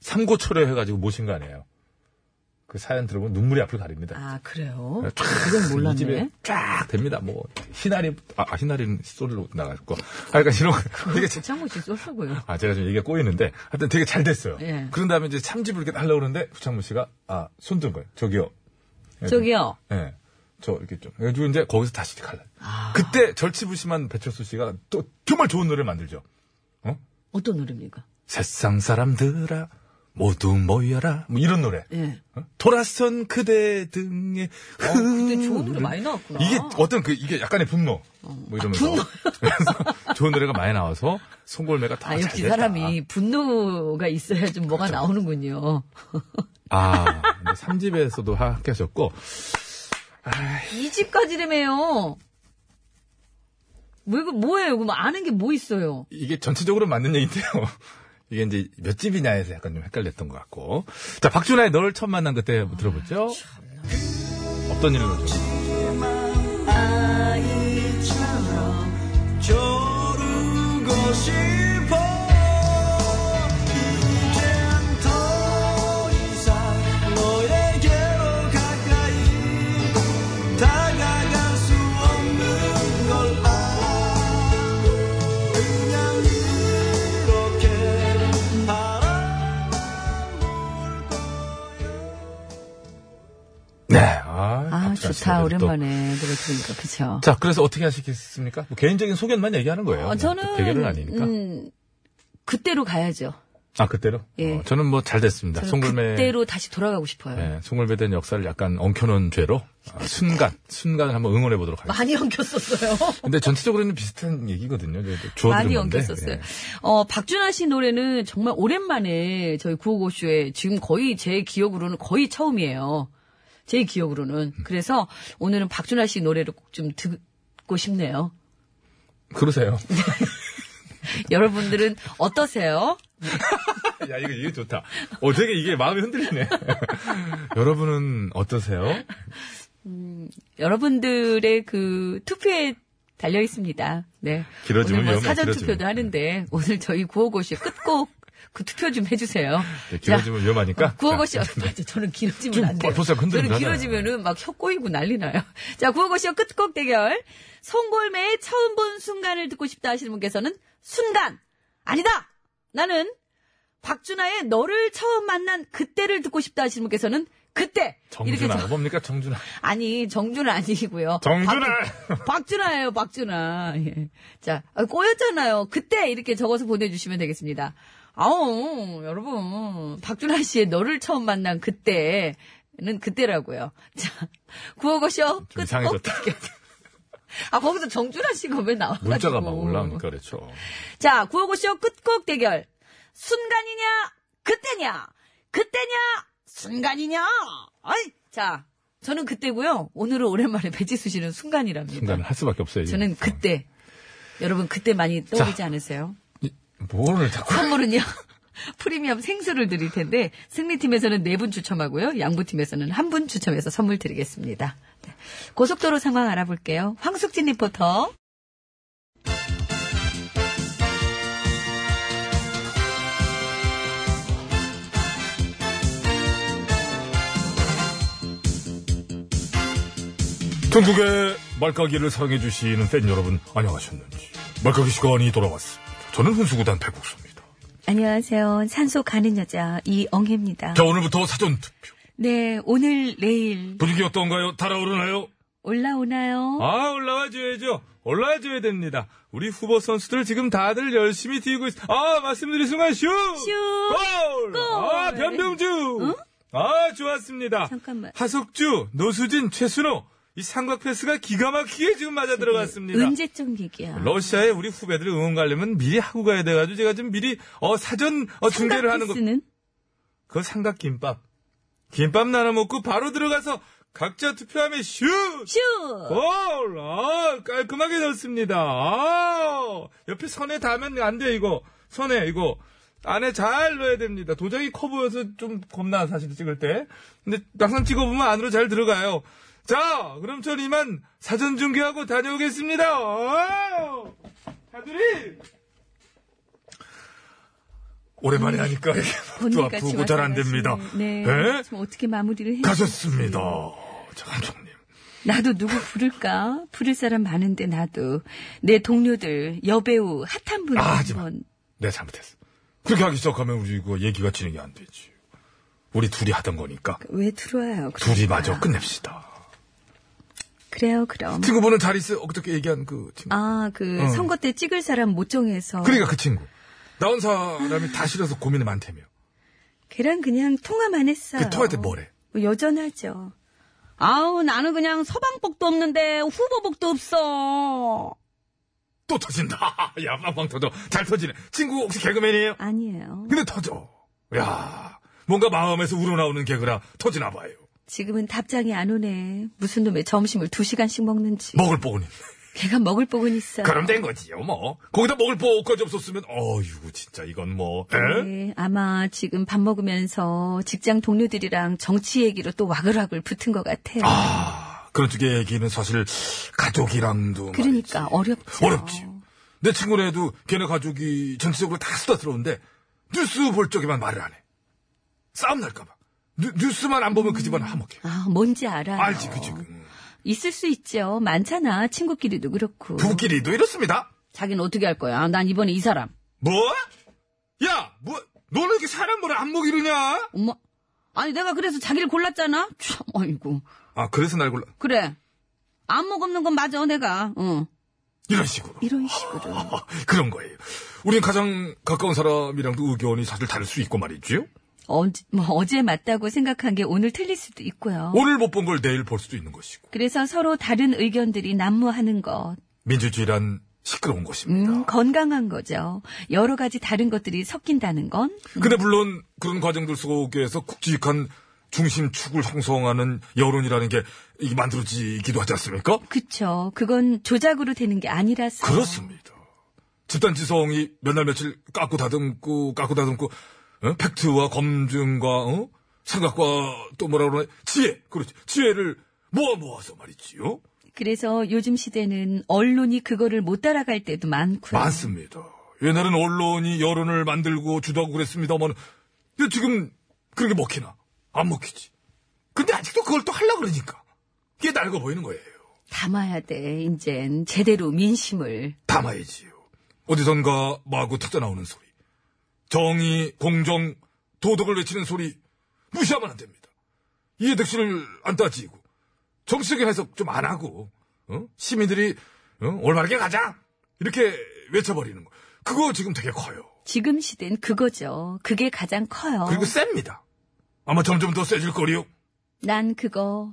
Speaker 1: 삼고초려 해가지고 모신 거 아니에요. 그 사연 들어보면 눈물이 앞을 가립니다.
Speaker 3: 아, 그래요?
Speaker 1: 쫙
Speaker 3: 이건
Speaker 1: 네, 이 집에
Speaker 3: 몰랐네.
Speaker 1: 쫙 됩니다. 뭐 희나리 아 아, 희나리는 소리로 나갔고. 아 그러니까 이런 거 되게 자-
Speaker 3: 창모 씨 쏠라고요.
Speaker 1: 아 제가 좀 얘기가 꼬이는데 하여튼 되게 잘 됐어요.
Speaker 3: 예.
Speaker 1: 그런 다음에 이제 참집을 이렇게 하려고 그러는데 구창모 씨가 아 손 든 거예요. 저기요. 예,
Speaker 3: 저기요.
Speaker 1: 좀- 예. 저 이렇게 좀. 그래가지고 이제 거기서 다시 갈라.
Speaker 3: 아.
Speaker 1: 그때 절치부심한 배철수 씨가 또 정말 좋은 노래를 만들죠.
Speaker 3: 어떤 노래입니까?
Speaker 1: 세상 사람들아 모두 모여라 뭐 이런 노래.
Speaker 3: 예.
Speaker 1: 어? 돌아선 그대 등에
Speaker 3: 근데 좋은 노래 많이 나왔구나.
Speaker 1: 음, 이게 어떤 그 이게 약간의 분노
Speaker 3: 어. 아,
Speaker 1: 뭐 이러면서 그래서 좋은 노래가 많이 나와서 송골매가
Speaker 3: 아,
Speaker 1: 다잘
Speaker 3: 역시
Speaker 1: 됐다.
Speaker 3: 사람이 분노가 있어야 좀 뭐가 나오는군요.
Speaker 1: 아 3집에서도 함께 하셨고
Speaker 3: 이 집까지라며요. 뭐, 이거 뭐예요? 그럼 아는 게 뭐 있어요?
Speaker 1: 이게 전체적으로 맞는 얘기인데요 이게 이제 몇 집이냐에서 약간 좀 헷갈렸던 것 같고 자 박준하의 널 처음 만난 그때 한번 들어보죠
Speaker 3: 아,
Speaker 1: 어떤 일로 죠 네. 아,
Speaker 3: 아,
Speaker 1: 박준하 씨가
Speaker 3: 좋다.
Speaker 1: 또-
Speaker 3: 오랜만에 노래 들으니까, 그쵸?
Speaker 1: 자, 그래서 어떻게 하시겠습니까? 뭐 개인적인 소견만 얘기하는 거예요. 뭐
Speaker 3: 어, 저는,
Speaker 1: 대결은 아니니까.
Speaker 3: 음, 그때로 가야죠.
Speaker 1: 아, 그때로?
Speaker 3: 예.
Speaker 1: 어, 저는 뭐 잘 됐습니다.
Speaker 3: 저는
Speaker 1: 송골매.
Speaker 3: 그때로 다시 돌아가고 싶어요.
Speaker 1: 예, 송골매된 역사를 약간 엉켜놓은 죄로 아, 순간, 순간을 한번 응원해 보도록 하겠습니다.
Speaker 3: 많이 엉켰었어요.
Speaker 1: 근데 전체적으로는 비슷한 얘기거든요. 저도 주워들은
Speaker 3: 많이
Speaker 1: 건데.
Speaker 3: 엉켰었어요.
Speaker 1: 예.
Speaker 3: 어, 박준하 씨 노래는 정말 오랜만에 저희 구호고쇼에 지금 거의 제 기억으로는 거의 처음이에요. 제 기억으로는. 그래서 오늘은 박준하 씨 노래를 꼭 좀 듣고 싶네요.
Speaker 1: 그러세요.
Speaker 3: 여러분들은 어떠세요?
Speaker 1: 야, 이거, 이거 좋다. 어, 되게 이게 마음이 흔들리네. 여러분은 어떠세요?
Speaker 3: 여러분들의 그 투표에 달려 있습니다. 네.
Speaker 4: 길어지면
Speaker 3: 오늘 뭐
Speaker 4: 위험해요,
Speaker 3: 사전
Speaker 4: 길어지면.
Speaker 3: 투표도 하는데 오늘 저희 구호고쇼 끝곡 그 투표 좀 해주세요.
Speaker 4: 네, 길어지면 위험하니까.
Speaker 3: 구호고쇼 맞아, 저는 길어지면 안 돼요.
Speaker 4: 벌써 흔들리긴
Speaker 3: 저는
Speaker 4: 하잖아요.
Speaker 3: 길어지면은 막 혀 꼬이고 난리 나요. 자, 구호고쇼 끝곡 대결. 송골매의 처음 본 순간을 듣고 싶다 하시는 분께서는 순간 아니다. 나는 곽준하의 너를 처음 만난 그때를 듣고 싶다 하시는 분께서는 그때 이렇게
Speaker 4: 정준아.
Speaker 3: 저-
Speaker 4: 뭡니까, 정준아?
Speaker 3: 아니 정준하 아니고요.
Speaker 4: 정준하!
Speaker 3: 박- 박준하예요, 박준하. 예. 자 아, 꼬였잖아요. 그때 이렇게 적어서 보내주시면 되겠습니다. 아우 여러분 박준하 씨의 너를 처음 만난 그때는 그때라고요. 자 구호고쇼
Speaker 4: 좀
Speaker 3: 끝.
Speaker 4: 이상해졌다.
Speaker 3: 아 거기서 정준하 씨가 왜 나와?
Speaker 4: 문자가 막
Speaker 3: 뭐.
Speaker 4: 올라오니까 그렇죠.
Speaker 3: 자, 구호고쇼 끝곡 대결. 순간이냐, 그때냐, 그때냐, 순간이냐. 어이! 자, 저는 그때고요. 오늘은 오랜만에 배지수 씨는 순간이랍니다.
Speaker 4: 순간을 할 수밖에 없어요. 이제.
Speaker 3: 저는 그때. 여러분 그때 많이 떠오르지 않으세요?
Speaker 4: 뭐를 자꾸.
Speaker 3: 선물은요. 프리미엄 생수를 드릴 텐데 승리팀에서는 네 분 추첨하고요. 양보팀에서는 한 분 추첨해서 선물 드리겠습니다. 네. 고속도로 상황 알아볼게요. 황숙진 리포터.
Speaker 4: 전국의 말까기를 사랑해주시는 팬 여러분, 안녕하셨는지. 말까기 시간이 돌아왔습니다. 저는 훈수구단 백국수입니다.
Speaker 1: 안녕하세요. 산소 가는 여자 이엉혜입니다.
Speaker 4: 자, 오늘부터 사전투표.
Speaker 1: 네, 오늘 내일
Speaker 4: 분위기 어떤가요? 달아오르나요?
Speaker 1: 올라오나요?
Speaker 4: 아, 올라와줘야죠. 올라와줘야 됩니다. 우리 후보 선수들 지금 다들 열심히 뛰고 있, 아, 말씀드린 순간 슛! 골! 아, 변병주! 아, 좋았습니다.
Speaker 1: 잠깐만.
Speaker 4: 하석주, 노수진, 최순호. 이 삼각 패스가 기가 막히게 지금 맞아 들어갔습니다.
Speaker 1: 언제적 얘기야?
Speaker 4: 러시아에 우리 후배들 응원 가려면 미리 하고 가야 돼가지고 제가 지금 미리 어, 사전 어, 준비를 하는 거.
Speaker 1: 는
Speaker 4: 그 삼각김밥. 김밥 나눠 먹고 바로 들어가서 각자 투표하면 슛!
Speaker 3: 슈!
Speaker 4: 어? 골! 아, 깔끔하게 넣습니다. 아, 옆에 선에 닿으면 안 돼, 이거. 선에, 이거. 안에 잘 넣어야 됩니다. 도장이 커 보여서 좀 겁나, 사실 찍을 때. 근데 막상 찍어보면 안으로 잘 들어가요. 자, 그럼 전 이만 사전 준비하고 다녀오겠습니다. 아, 다들이! 오랜만에 하니까 이게 또
Speaker 1: 보니까
Speaker 4: 아프고 잘 안 됩니다.
Speaker 1: 네.
Speaker 4: 예?
Speaker 1: 좀 어떻게 마무리를 해?
Speaker 4: 가셨습니다. 자, 감독님.
Speaker 1: 나도 누구 부를까? 부를 사람 많은데 나도 내 동료들 여배우 핫한 분
Speaker 4: 아,
Speaker 1: 한
Speaker 4: 하지 마.
Speaker 1: 번.
Speaker 4: 내가 잘못했어. 그렇게 하기 시작하면 우리 이거 얘기가 진행이 안 되지. 우리 둘이 하던 거니까
Speaker 1: 왜 들어와요? 그러니까.
Speaker 4: 둘이 마저 끝냅시다.
Speaker 1: 그래요, 그럼.
Speaker 4: 친구분은 잘 있어. 어떻게 얘기한 그 친구.
Speaker 1: 아, 그
Speaker 4: 어.
Speaker 1: 선거 때 찍을 사람 못 정해서
Speaker 4: 그러니까 그 친구. 나온 사람이 다 싫어서 고민이 많다며.
Speaker 1: 걔랑 그냥 통화만 했어요.
Speaker 3: 네.
Speaker 4: 그 토할 때 뭐래?
Speaker 1: 뭐 여전하죠.
Speaker 3: 아우 나는 그냥 서방복도 없는데 후보복도 없어.
Speaker 4: 또 터진다. 야, 빵빵 터져. 잘 터지네. 친구 혹시 개그맨이에요?
Speaker 1: 아니에요.
Speaker 4: 근데 터져. 야, 뭔가 마음에서 우러나오는 개그라 터지나 봐요.
Speaker 1: 지금은 답장이 안 오네. 무슨 놈의 점심을 두 시간씩 먹는지.
Speaker 4: 먹을 뽀근이.
Speaker 1: 걔가 먹을 복은 있어.
Speaker 4: 그럼 된 거지요, 뭐. 거기다 먹을 뽀까지 없었으면, 어휴, 진짜 이건 뭐, 에?
Speaker 1: 네, 아마 지금 밥 먹으면서 직장 동료들이랑 정치 얘기로 또 와글와글 붙은 것 같아요.
Speaker 4: 아, 그런 쪽의 얘기는 사실 가족이랑도
Speaker 1: 그러니까 어렵죠.
Speaker 4: 어렵지. 내 친구네도 걔네 가족이 전체적으로 다 수다스러운데 뉴스 볼 적에만 말을 안 해. 싸움 날까봐. 뉴, 뉴스만 안 보면 그 집안은 화목해.
Speaker 1: 아, 뭔지 알아요.
Speaker 4: 알지, 그 지금.
Speaker 1: 있을 수 있죠. 많잖아. 친구끼리도 그렇고.
Speaker 4: 부부끼리도 이렇습니다.
Speaker 3: 자기는 어떻게 할 거야? 난 이번에 이 사람.
Speaker 4: 뭐? 야, 뭐, 너는 이렇게 사람 뭐를 안 먹이느냐?
Speaker 3: 엄마. 아니 내가 그래서 자기를 골랐잖아. 참 아이고.
Speaker 4: 아, 그래서 날 골라.
Speaker 3: 그래. 안목 없는 건 맞아 내가. 응.
Speaker 4: 이런 식으로.
Speaker 1: 이런 식으로.
Speaker 4: 그런 거예요. 우린 가장 가까운 사람이랑도 의견이 사실 다를 수 있고 말이지요.
Speaker 1: 어제, 뭐 어제 맞다고 생각한 게 오늘 틀릴 수도 있고요.
Speaker 4: 오늘 못 본 걸 내일 볼 수도 있는 것이고.
Speaker 1: 그래서 서로 다른 의견들이 난무하는 것.
Speaker 4: 민주주의란 시끄러운 것입니다.
Speaker 1: 음, 건강한 거죠. 여러 가지 다른 것들이 섞인다는 건.
Speaker 4: 근데 물론 그런 과정들 속에서 굵직한 중심축을 형성하는 여론이라는 게 이게 만들어지기도 하지 않습니까?
Speaker 1: 그쵸. 그건 조작으로 되는 게 아니라서.
Speaker 4: 그렇습니다. 집단 지성이 몇 날 며칠 깎고 다듬고 깎고 다듬고 어? 팩트와 검증과 어? 생각과 또 뭐라 그러나 지혜 그렇지 지혜를 모아 모아서 말이지요.
Speaker 11: 그래서 요즘 시대는 언론이 그거를 못 따라갈 때도 많고요.
Speaker 4: 맞습니다. 옛날엔 언론이 여론을 만들고 주도하고 그랬습니다만, 지금 그렇게 먹히나? 안 먹히지. 근데 아직도 그걸 또 하려고 그러니까. 이게 낡아 보이는 거예요.
Speaker 11: 담아야 돼. 이젠 제대로 민심을.
Speaker 4: 담아야지요. 어디선가 마구 터져나오는 소리. 정의, 공정, 도덕을 외치는 소리 무시하면 안 됩니다. 이해득실을 안 따지고 정치적인 해석 좀 안 하고 어? 시민들이 어? 올바르게 가자 이렇게 외쳐버리는 거. 그거 지금 되게 커요.
Speaker 11: 지금 시대는 그거죠. 그게 가장 커요.
Speaker 4: 그리고 셉니다. 아마 점점 더 세질 거리요.
Speaker 11: 난 그거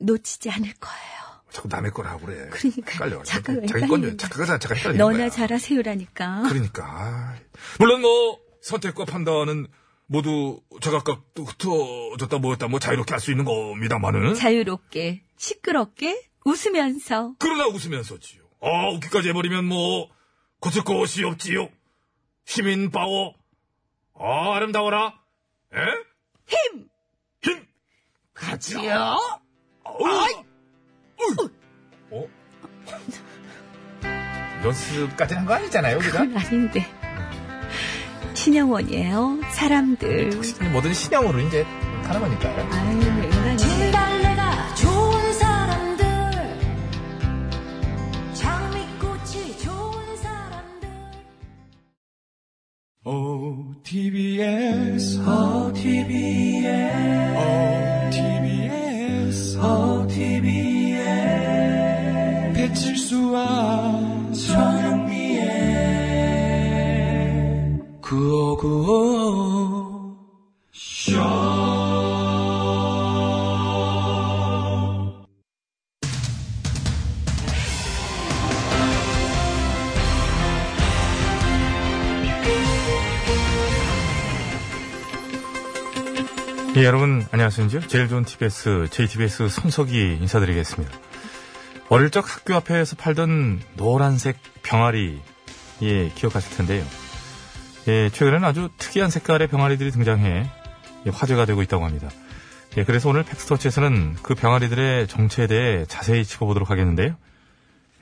Speaker 11: 놓치지 않을 거예요.
Speaker 4: 자꾸 남의 거라고 그래.
Speaker 11: 그러니까요.
Speaker 4: 헷갈려.
Speaker 11: 자꾸 왜
Speaker 4: 자기
Speaker 11: 헷갈리는
Speaker 4: 건데 자기가 자- 자기가 헷갈리는 거야.
Speaker 11: 너나 잘하세요라니까.
Speaker 4: 예, 그러니까. 아, 물론 뭐, 선택과 판단은 모두 제각각 또 흩어졌다 모였다 뭐 자유롭게 할 수 있는 겁니다만은.
Speaker 11: 자유롭게, 시끄럽게, 웃으면서.
Speaker 4: 그러나 웃으면서지요. 아, 웃기까지 해버리면 뭐, 고칠 것이 없지요. 시민 파워. 아, 아름다워라. 에? 힘! 힘!
Speaker 11: 가지요?
Speaker 4: 아이! 어? 연습까지 한 거 아니잖아요, 우리가?
Speaker 11: 그건 아닌데. 신영원이에요. 사람들.
Speaker 4: 뭐든 신형으로 이제 하는 거니까요.
Speaker 11: 아유, 인간이.
Speaker 12: 진달래가 좋은 사람들 장미꽃이 좋은 사람들
Speaker 5: OTBS, OTBS, OTBS, OTBS. 배칠수와 저녁미에 9595
Speaker 1: 예, 여러분 안녕하십니까? 제일 좋은 TBS, JTBS 손석희 인사드리겠습니다. 어릴 적 학교 앞에서 팔던 노란색 병아리, 예, 기억하실 텐데요. 예, 최근에는 아주 특이한 색깔의 병아리들이 등장해 예, 화제가 되고 있다고 합니다. 예, 그래서 오늘 팩스터치에서는 그 병아리들의 정체에 대해 자세히 짚어보도록 하겠는데요.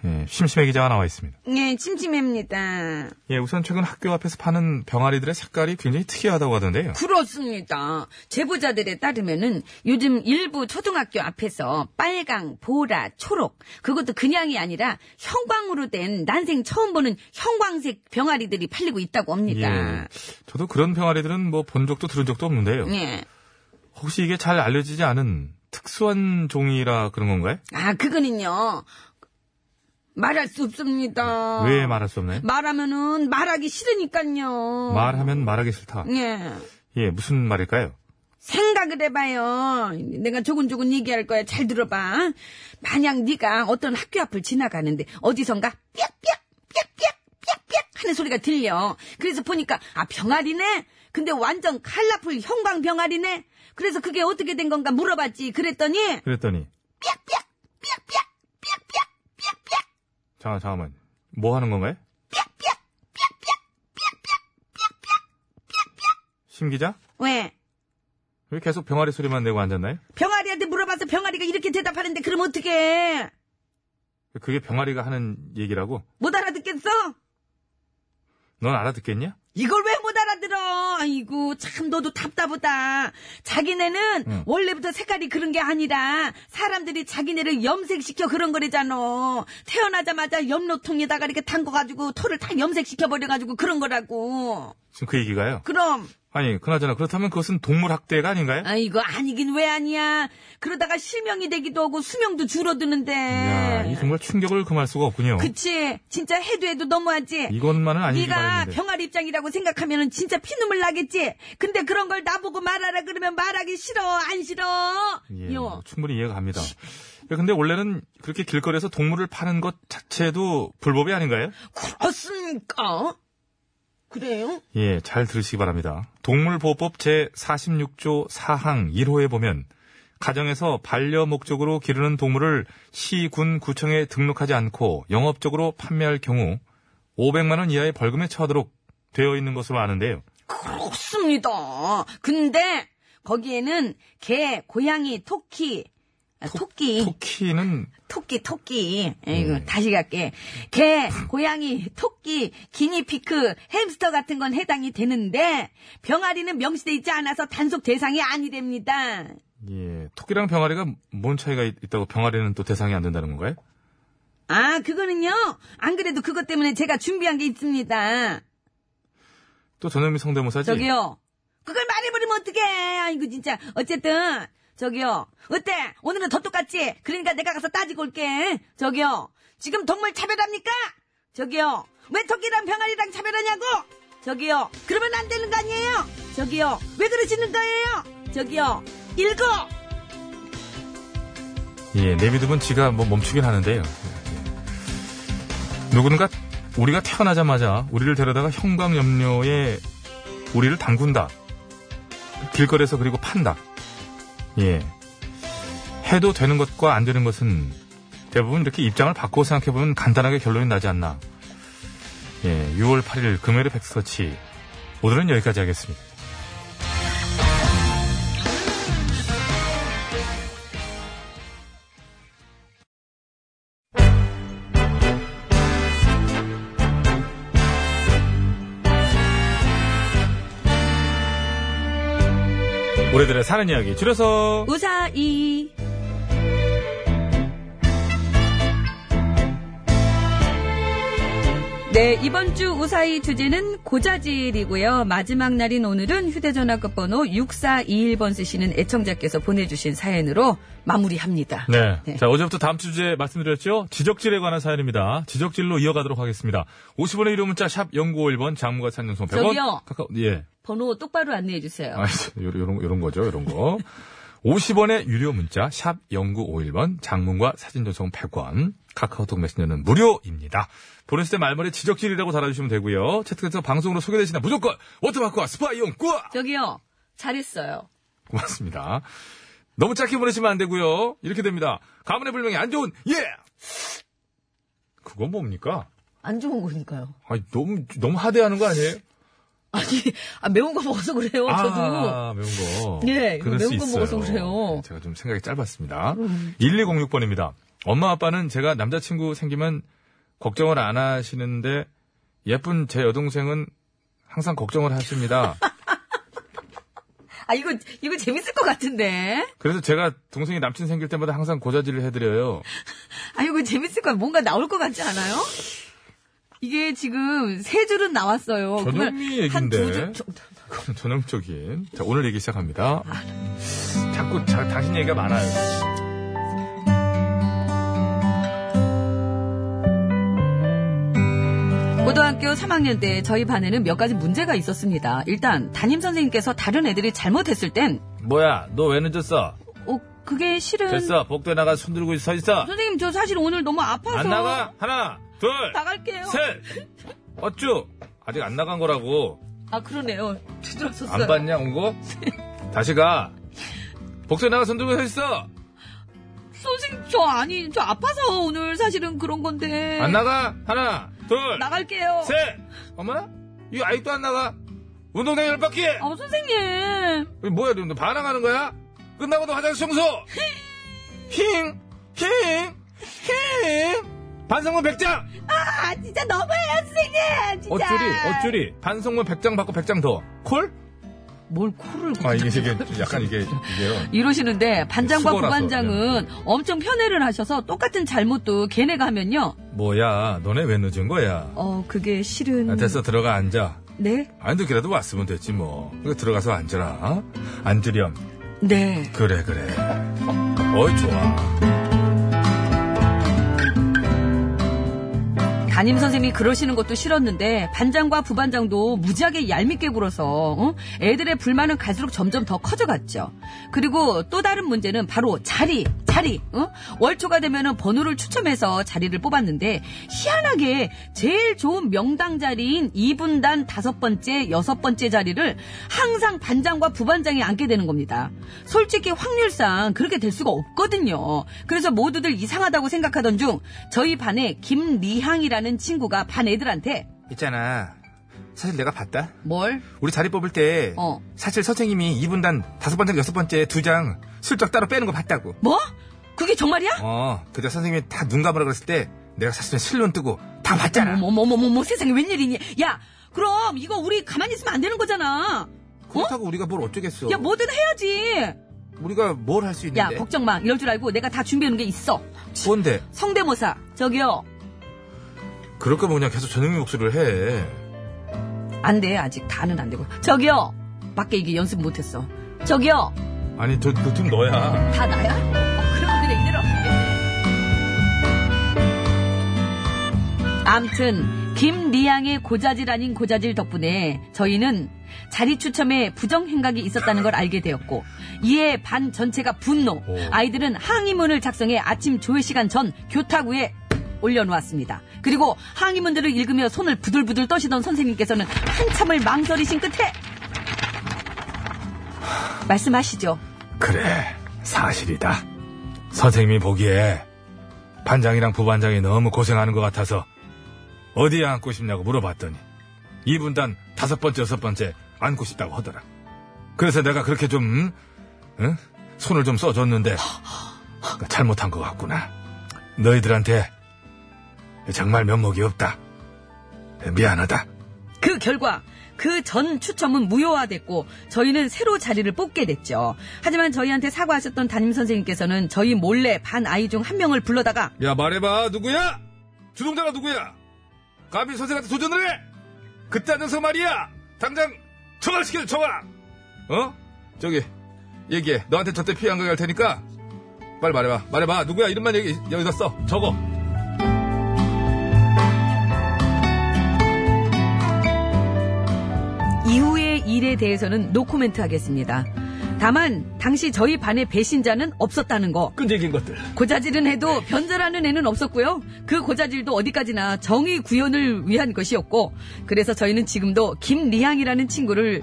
Speaker 1: 예, 심심해 기자가 나와 있습니다.
Speaker 3: 예, 찜찜합니다.
Speaker 1: 예, 우선 최근 학교 앞에서 파는 병아리들의 색깔이 굉장히 특이하다고 하던데요.
Speaker 3: 그렇습니다. 제보자들에 따르면은 요즘 일부 초등학교 앞에서 빨강, 보라, 초록, 그것도 그냥이 아니라 형광으로 된 난생 처음 보는 형광색 병아리들이 팔리고 있다고 합니다.
Speaker 1: 예. 저도 그런 병아리들은 뭐 본 적도 들은 적도 없는데요.
Speaker 3: 예.
Speaker 1: 혹시 이게 잘 알려지지 않은 특수한 종이라 그런 건가요?
Speaker 3: 아, 그거는요. 말할 수 없습니다.
Speaker 1: 왜 말할 수 없나요?
Speaker 3: 말하면은 말하기 싫으니까요.
Speaker 1: 말하면 말하기 싫다.
Speaker 3: 예.
Speaker 1: 예, 무슨 말일까요?
Speaker 3: 생각을 해봐요. 내가 조근조근 얘기할 거야. 잘 들어봐. 만약 네가 어떤 학교 앞을 지나가는데 어디선가 삐약삐약 삐약삐약 삐약삐약 하는 소리가 들려. 그래서 보니까 아 병아리네. 근데 완전 칼라풀 형광 병아리네. 그래서 그게 어떻게 된 건가 물어봤지. 그랬더니
Speaker 1: 그랬더니
Speaker 3: 삐약삐약 삐약삐약 삐약삐약 삐약삐약
Speaker 1: 잠깐 잠깐만 뭐 하는 건가요? 심 기자
Speaker 3: 왜?
Speaker 1: 왜 계속 병아리 소리만 내고 앉았나요?
Speaker 3: 병아리한테 물어봐서 병아리가 이렇게 대답하는데 그럼 어떻게?
Speaker 1: 그게 병아리가 하는 얘기라고?
Speaker 3: 못 알아듣겠어?
Speaker 1: 넌 알아듣겠냐?
Speaker 3: 이걸 왜 못 알아들어? 아이고, 참, 너도 답답하다. 자기네는
Speaker 1: 응.
Speaker 3: 원래부터 색깔이 그런 게 아니라 사람들이 자기네를 염색시켜 그런 거래잖아. 태어나자마자 염로통에다가 이렇게 담궈가지고 털을 다 염색시켜버려가지고 그런 거라고.
Speaker 1: 지금 그 얘기가요?
Speaker 3: 그럼,
Speaker 1: 아니 그나저나 그렇다면 그것은 동물 학대가 아닌가요?
Speaker 3: 아이고, 아니긴 왜 아니야. 그러다가 실명이 되기도 하고 수명도 줄어드는데.
Speaker 1: 이야, 이 정말 충격을 금할 수가 없군요.
Speaker 3: 네. 그치. 진짜 해도 해도 너무하지.
Speaker 1: 이것만은 아니지
Speaker 3: 네가
Speaker 1: 말했는데.
Speaker 3: 병아리 입장이라고 생각하면 진짜 피눈물 나겠지. 근데 그런 걸 나보고 말하라 그러면 말하기 싫어 안 싫어.
Speaker 1: 예,
Speaker 3: 요.
Speaker 1: 충분히 이해가 갑니다. 예, 근데 원래는 그렇게 길거리에서 동물을 파는 것 자체도 불법이 아닌가요?
Speaker 3: 그렇습니까? 그래요?
Speaker 1: 예, 잘 들으시기 바랍니다. 동물보호법 제46조 4항 1호에 보면 가정에서 반려 목적으로 기르는 동물을 시, 군, 구청에 등록하지 않고 영업적으로 판매할 경우 500만 원 이하의 벌금에 처하도록 되어 있는 것으로 아는데요.
Speaker 3: 그렇습니다. 근데 거기에는 개, 고양이, 토끼 아, 토끼.
Speaker 4: 토끼는
Speaker 3: 토끼, 토끼. 예, 이거
Speaker 1: 예.
Speaker 3: 다시 갈게. 개, 고양이, 토끼, 기니피크, 햄스터 같은 건 해당이 되는데 병아리는 명시돼 있지 않아서 단속 대상이 아니 됩니다.
Speaker 1: 예, 토끼랑 병아리가 뭔 차이가 있, 다고 병아리는 또 대상이 안 된다는 건가요?
Speaker 3: 아, 그거는요. 안 그래도 그것 때문에 제가 준비한 게 있습니다.
Speaker 1: 또 전현미 성대모사지?
Speaker 3: 저기요. 그걸 말해버리면 어떡해. 아이고, 진짜. 어쨌든, 저기요. 어때? 오늘은 더 똑같지? 그러니까 내가 가서 따지고 올게. 저기요. 지금 동물 차별합니까? 저기요. 왜 토끼랑 병아리랑 차별하냐고? 저기요. 그러면 안 되는 거 아니에요? 저기요. 왜 그러시는 거예요? 저기요. 읽어!
Speaker 1: 예, 내비두면 지가 뭐 멈추긴 하는데요. 예. 누군가 우리가 태어나자마자 우리를 데려다가 형광염료에 우리를 담군다. 길거리에서 그리고 판다. 예. 해도 되는 것과 안 되는 것은 대부분 이렇게 입장을 바꾸어 생각해보면 간단하게 결론이 나지 않나. 예, 6월 8일 금요일의 백스터치. 오늘은 여기까지 하겠습니다. 우리들의 사는 이야기 줄여서
Speaker 3: 우사이. 네, 이번 주 우사이 주제는 고자질이고요. 마지막 날인 오늘은 휴대전화 끝번호 6421번 쓰시는 애청자께서 보내주신 사연으로 마무리합니다.
Speaker 1: 네.
Speaker 3: 네.
Speaker 1: 자, 어제부터 다음 주 주제 말씀드렸죠? 지적질에 관한 사연입니다. 지적질로 이어가도록 하겠습니다. 50원의 유료 문자 샵 0951번 장무가 산연송 100원.
Speaker 3: 저기요.
Speaker 1: 카카오, 예.
Speaker 3: 번호 똑바로 안내해 주세요.
Speaker 1: 아, 요런, 요런, 요런 거죠, 요런 거. 50원의 유료 문자 샵 0951번 장문과 사진 전송 100원. 카카오톡 메신저는 무료입니다. 보냈을 때 말머리 지적질이라고 달아주시면 되고요. 채택해서 방송으로 소개되시나 무조건 워터마크와 스파이용과
Speaker 3: 저기요, 잘했어요.
Speaker 1: 고맙습니다. 너무 짧게 보내시면 안 되고요. 이렇게 됩니다. 가문의 불명이 안 좋은 예. 그건 뭡니까?
Speaker 3: 안 좋은 거니까요.
Speaker 1: 아니 너무 너무 하대하는 거 아니에요?
Speaker 3: 아니, 아, 매운 거 먹어서 그래요, 저도.
Speaker 1: 아, 매운 거.
Speaker 3: 예, 이거
Speaker 1: 그럴 수
Speaker 3: 매운 거
Speaker 1: 있어요. 네,
Speaker 3: 먹어서 그래요. 음.
Speaker 1: 제가 좀 생각이 짧았습니다. 1206번입니다. 엄마 아빠는 제가 남자친구 생기면 걱정을 안 하시는데 예쁜 제 여동생은 항상 걱정을 하십니다.
Speaker 3: 아, 이거, 이거 재밌을 것 같은데.
Speaker 1: 그래서 제가 동생이 남친 생길 때마다 항상 고자질을 해드려요.
Speaker 3: 아, 이거 재밌을 거야. 뭔가 나올 것 같지 않아요? 이게 지금 세 줄은 나왔어요.
Speaker 1: 전현미
Speaker 3: 한두
Speaker 1: 얘기인데.
Speaker 3: 줄. 정도.
Speaker 1: 그건 전형적인. 자, 오늘 얘기 시작합니다. 자꾸 자- 당신 얘기가 많아요.
Speaker 3: 고등학교 3학년 때 저희 반에는 몇 가지 문제가 있었습니다. 일단, 담임 선생님께서 다른 애들이 잘못했을 땐,
Speaker 1: 뭐야, 너 왜 늦었어?
Speaker 3: 어, 그게 실은.
Speaker 1: 복도에 나가 손 들고 서 있어.
Speaker 3: 선생님, 저 사실 오늘 너무 아파서.
Speaker 1: 하나, 둘,
Speaker 3: 나갈게요.
Speaker 1: 셋! 어쭈! 아직 안 나간 거라고.
Speaker 3: 아, 그러네요. 뒤돌았었어요.
Speaker 1: 안 봤냐, 온 거? 다시 가. 복도에 나가 손 들고 서 있어!
Speaker 3: 선생님, 저 아니, 저 아파서 오늘 사실은 그런 건데.
Speaker 1: 안 나가! 하나, 둘,
Speaker 3: 나갈게요.
Speaker 1: 셋! 어머나? 이 아직도 안 나가? 운동장 열 바퀴!
Speaker 4: 어.
Speaker 3: 아, 선생님.
Speaker 1: 이거 뭐야, 너 반항하는 거야? 끝나고도 화장실 청소! 힝! 힝! 힝! 반성문 100장!
Speaker 3: 아, 진짜 너무해요, 선생님. 진짜.
Speaker 1: 어쭈리, 어쭈리. 반성문 100장 받고 100장 더. 콜?
Speaker 3: 뭘 코를.
Speaker 1: 아, 이게, 이게, 약간 이게, 이게요.
Speaker 3: 이러시는데 반장과
Speaker 1: 수고라서,
Speaker 3: 부반장은
Speaker 1: 네.
Speaker 3: 엄청 편애를 하셔서 똑같은 잘못도 걔네가 하면요.
Speaker 1: 뭐야, 너네 왜 늦은 거야?
Speaker 3: 어 그게 실은
Speaker 1: 아, 됐어, 들어가 앉아.
Speaker 3: 네?
Speaker 1: 안 늦게라도 왔으면 됐지, 뭐. 그래, 들어가서 앉으라. 앉으렴.
Speaker 3: 네.
Speaker 1: 그래, 그래. 어이, 좋아.
Speaker 3: 담임 선생님이 그러시는 것도 싫었는데 반장과 부반장도 무지하게 얄밉게 굴어서 응? 애들의 불만은 갈수록 점점 더 커져갔죠. 그리고 또 다른 문제는 바로 자리, 자리. 응? 월초가 되면은 번호를 추첨해서 자리를 뽑았는데 희한하게 제일 좋은 명당 자리인 2분단 다섯 번째, 여섯 번째 자리를 항상 반장과 부반장이 앉게 되는 겁니다. 솔직히 확률상 그렇게 될 수가 없거든요. 그래서 모두들 이상하다고 생각하던 중 저희 반에 김리향이라는 친구가 반 애들한테
Speaker 4: 있잖아. 사실 내가 봤다.
Speaker 3: 뭘?
Speaker 4: 우리 자리 뽑을 때
Speaker 3: 어.
Speaker 4: 사실 선생님이 2분단 다섯 번째, 여섯 번째 두 장 슬쩍 따로 빼는 거 봤다고.
Speaker 3: 뭐? 그게 정말이야?
Speaker 4: 어, 그때 선생님이 다 눈 감으라 그랬을 때 내가 사실은 실눈 뜨고 다 봤잖아.
Speaker 3: 어머머머머 세상에 웬일이니? 야, 그럼 이거 우리 가만히 있으면 안 되는 거잖아.
Speaker 4: 그렇다고 우리가 뭘 어쩌겠어.
Speaker 3: 야, 뭐든 해야지.
Speaker 4: 우리가 뭘 할 수
Speaker 3: 야,
Speaker 4: 있는데?
Speaker 3: 걱정 마. 이럴 줄 알고 내가 다 준비해 놓은 게 있어.
Speaker 4: 뭔데?
Speaker 3: 성대모사. 저기요.
Speaker 4: 그럴 거면 뭐 그냥 계속 전영미 목소리를 해.
Speaker 3: 안 돼. 아직 다는 안 되고. 저기요. 밖에 이게 연습 못 했어. 저기요.
Speaker 4: 아니, 저, 그 팀 너야.
Speaker 3: 다 나야? 어, 그럼 그냥 이대로. 암튼 김리양의 고자질 아닌 고자질 덕분에 저희는 자리 추첨에 부정 행각이 있었다는 걸 알게 되었고 이에 반 전체가 분노 아이들은 항의문을 작성해 아침 조회 시간 전 교탁위에 올려놓았습니다. 그리고 항의문들을 읽으며 손을 부들부들 떠시던 선생님께서는 한참을 망설이신 끝에 말씀하시죠.
Speaker 4: 그래, 사실이다. 선생님이 보기에 반장이랑 부반장이 너무 고생하는 것 같아서 어디에 앉고 싶냐고 물어봤더니 이분단 다섯 번째, 여섯 번째 앉고 싶다고 하더라. 그래서 내가 그렇게 좀, 음? 응? 손을 좀 써줬는데 잘못한 것 같구나. 너희들한테 정말 면목이 없다. 미안하다.
Speaker 3: 그 결과 그 전 추첨은 무효화됐고 저희는 새로 자리를 뽑게 됐죠. 하지만 저희한테 사과하셨던 담임 선생님께서는 저희 몰래 반 아이 중 한 명을 불러다가
Speaker 4: 야 말해봐 누구야 주동자가 누구야 감히 선생한테 도전을 해 그때 앉아서 말이야 당장 처벌시켜 처벌 어 저기 얘기해 너한테 저때 피해 안 가게 할 테니까 빨리 말해봐 말해봐 누구야 이름만 얘기 여기다 써 적어
Speaker 3: 이후의 일에 대해서는 노코멘트 하겠습니다. 다만 당시 저희 반의 배신자는 없었다는 거.
Speaker 4: 끈질긴 것들
Speaker 3: 고자질은 해도 변절하는 애는 없었고요. 그 고자질도 어디까지나 정의 구현을 위한 것이었고 그래서 저희는 지금도 김리향이라는 친구를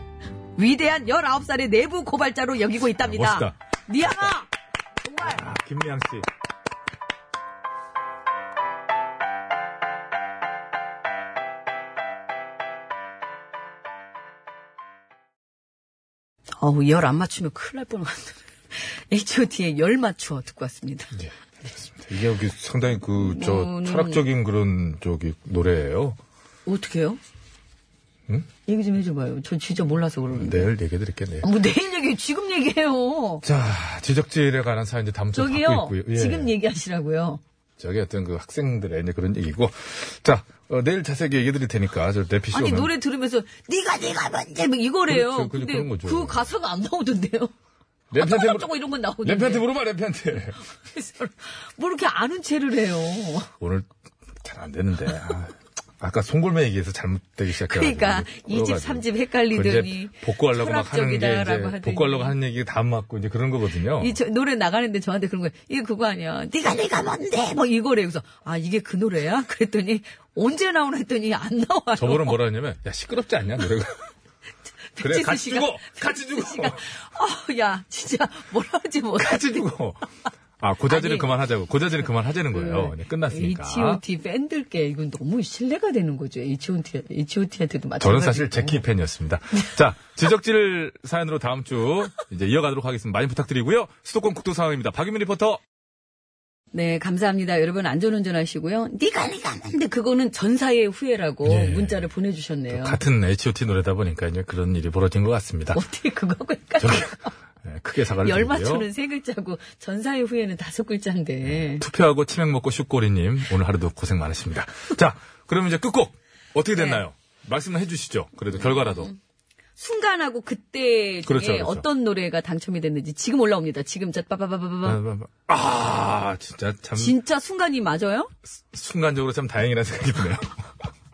Speaker 3: 위대한 19살의 내부 고발자로 여기고 있답니다.
Speaker 4: 멋있다.
Speaker 3: 리향아!
Speaker 4: 김미양 씨
Speaker 3: 어우, 열 안 맞추면 큰일 날 뻔한데. H.O.T.의 열 맞추어 듣고 왔습니다.
Speaker 1: 예. 이게 여기 상당히 그 저
Speaker 3: 오늘-
Speaker 1: 철학적인 그런 저기 노래예요.
Speaker 3: 어떻게 해요? 얘기 좀 해줘봐요. 저 진짜 몰라서 그러는데.
Speaker 1: 내일 얘기해 드릴게요. 내일.
Speaker 3: 뭐 내일 얘기, 지금 얘기해요.
Speaker 1: 자, 지적질에 관한 사연 이제 다음 주
Speaker 3: 저기요,
Speaker 1: 받고 있고요. 예.
Speaker 3: 지금 얘기하시라고요.
Speaker 1: 저기 어떤 그 학생들의 이제 그런 얘기고. 자, 어, 내일 자세하게 얘기해 드릴 테니까 저 내피시
Speaker 3: 아니
Speaker 1: 오면
Speaker 3: 노래 들으면서 네가 네가 먼저 뭐 이거래요.
Speaker 1: 그렇죠. 그냥 그런
Speaker 3: 근데
Speaker 1: 거죠. 아,
Speaker 3: 그 가사가 안 나오던데요.
Speaker 1: 랩한테
Speaker 3: 어쩌고
Speaker 1: 물어-
Speaker 3: 저쩌고 이런 건 나오는데.
Speaker 1: 랩한테 물어봐 랩한테.
Speaker 3: 그래서 뭐 이렇게 아는 체를 해요.
Speaker 1: 오늘 잘 안 되는데. 아, 아까 송골매 얘기해서 잘못되기 시작해가지고. 그
Speaker 3: 그러니까 이 집 삼 집 헷갈리더니
Speaker 1: 뭐 이제 복구하려고 막 하는 게
Speaker 3: 철학적이다라고
Speaker 1: 이제
Speaker 3: 하더니.
Speaker 1: 복구하려고 하는 얘기 다 맞고 이제 그런 거거든요.
Speaker 3: 이 저- 노래 나가는데 저한테 그런 거예요. 이게 그거 아니야. 네가 네가 뭔데? 뭐 이거래. 그래서 아 이게 그 노래야? 그랬더니 언제 나오나 했더니 안 나와요.
Speaker 1: 저번은 뭐라 했냐면 야 시끄럽지 않냐 노래가. 그래
Speaker 3: 백지수
Speaker 1: 같이
Speaker 3: 씨가-
Speaker 1: 죽어 같이 죽어
Speaker 3: 아, 야 진짜 뭐라 하지 못해.
Speaker 1: 같이 죽어. 아 고자질을
Speaker 3: 아니,
Speaker 1: 그만하자고 고자질을 그만하자는 거예요. 그냥 끝났으니까.
Speaker 3: H.O.T. 팬들께 이건 너무 신뢰가 되는 거죠. H.O.T. H.O.T.한테도 마찬가지.
Speaker 1: 저는 사실 제키 팬이었습니다. 자, 지적질 사연으로 다음 주 이제 이어가도록 하겠습니다. 많이 부탁드리고요. 수도권 국도 상황입니다. 박유민 리포터.
Speaker 3: 네, 감사합니다. 여러분 안전운전 하시고요. 네가 네가 근데 그거는 전사의 후회라고
Speaker 1: 예.
Speaker 3: 문자를 보내주셨네요.
Speaker 1: 같은 H.O.T. 노래다 보니까 이제 그런 일이 벌어진 것 같습니다.
Speaker 3: 어떻게 그거하고 헷갈려?
Speaker 1: 저기 네, 크게 사과를
Speaker 3: 열
Speaker 1: 드리고요.
Speaker 3: 맞추는 세 글자고 전사의 후회는 다섯 글자인데.
Speaker 1: 투표하고 치맥 먹고 슛꼬리님 오늘 하루도 고생 많으십니다. 자, 그럼 이제 끝곡 어떻게 됐나요?
Speaker 3: 네.
Speaker 1: 말씀을 해주시죠. 그래도 결과라도
Speaker 3: 음. 순간하고 그때 중에
Speaker 1: 그렇죠, 그렇죠.
Speaker 3: 어떤 노래가 당첨이 됐는지 지금 올라옵니다. 지금 저
Speaker 1: 음.
Speaker 3: 빠바바바바바.
Speaker 1: 뭐, 아 진짜 참
Speaker 3: 진짜 순간이 맞아요?
Speaker 1: 순간적으로 참 다행이라는 생각이 드네요.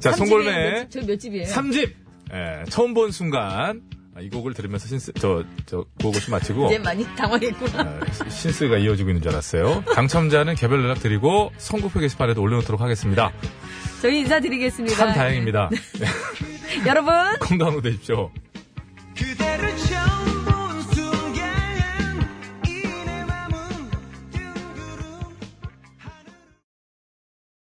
Speaker 1: 자,
Speaker 3: 삼집이에요? 뭐
Speaker 1: 송골매
Speaker 3: 몇 집? 저몇 집이에요?
Speaker 1: 3집! 예, 처음 본 순간, 아, 이 곡을 들으면서 신스, 저, 저, 그것을 마치고,
Speaker 3: 이제 많이 당황했구나.
Speaker 1: 아, 시- 신스가 이어지고 있는 줄 알았어요. 당첨자는 개별 연락 드리고, 선곡표 게시판에도 올려놓도록 하겠습니다.
Speaker 3: 저희 인사드리겠습니다.
Speaker 1: 참 다행입니다.
Speaker 3: 여러분
Speaker 1: 건강으로 되십시오.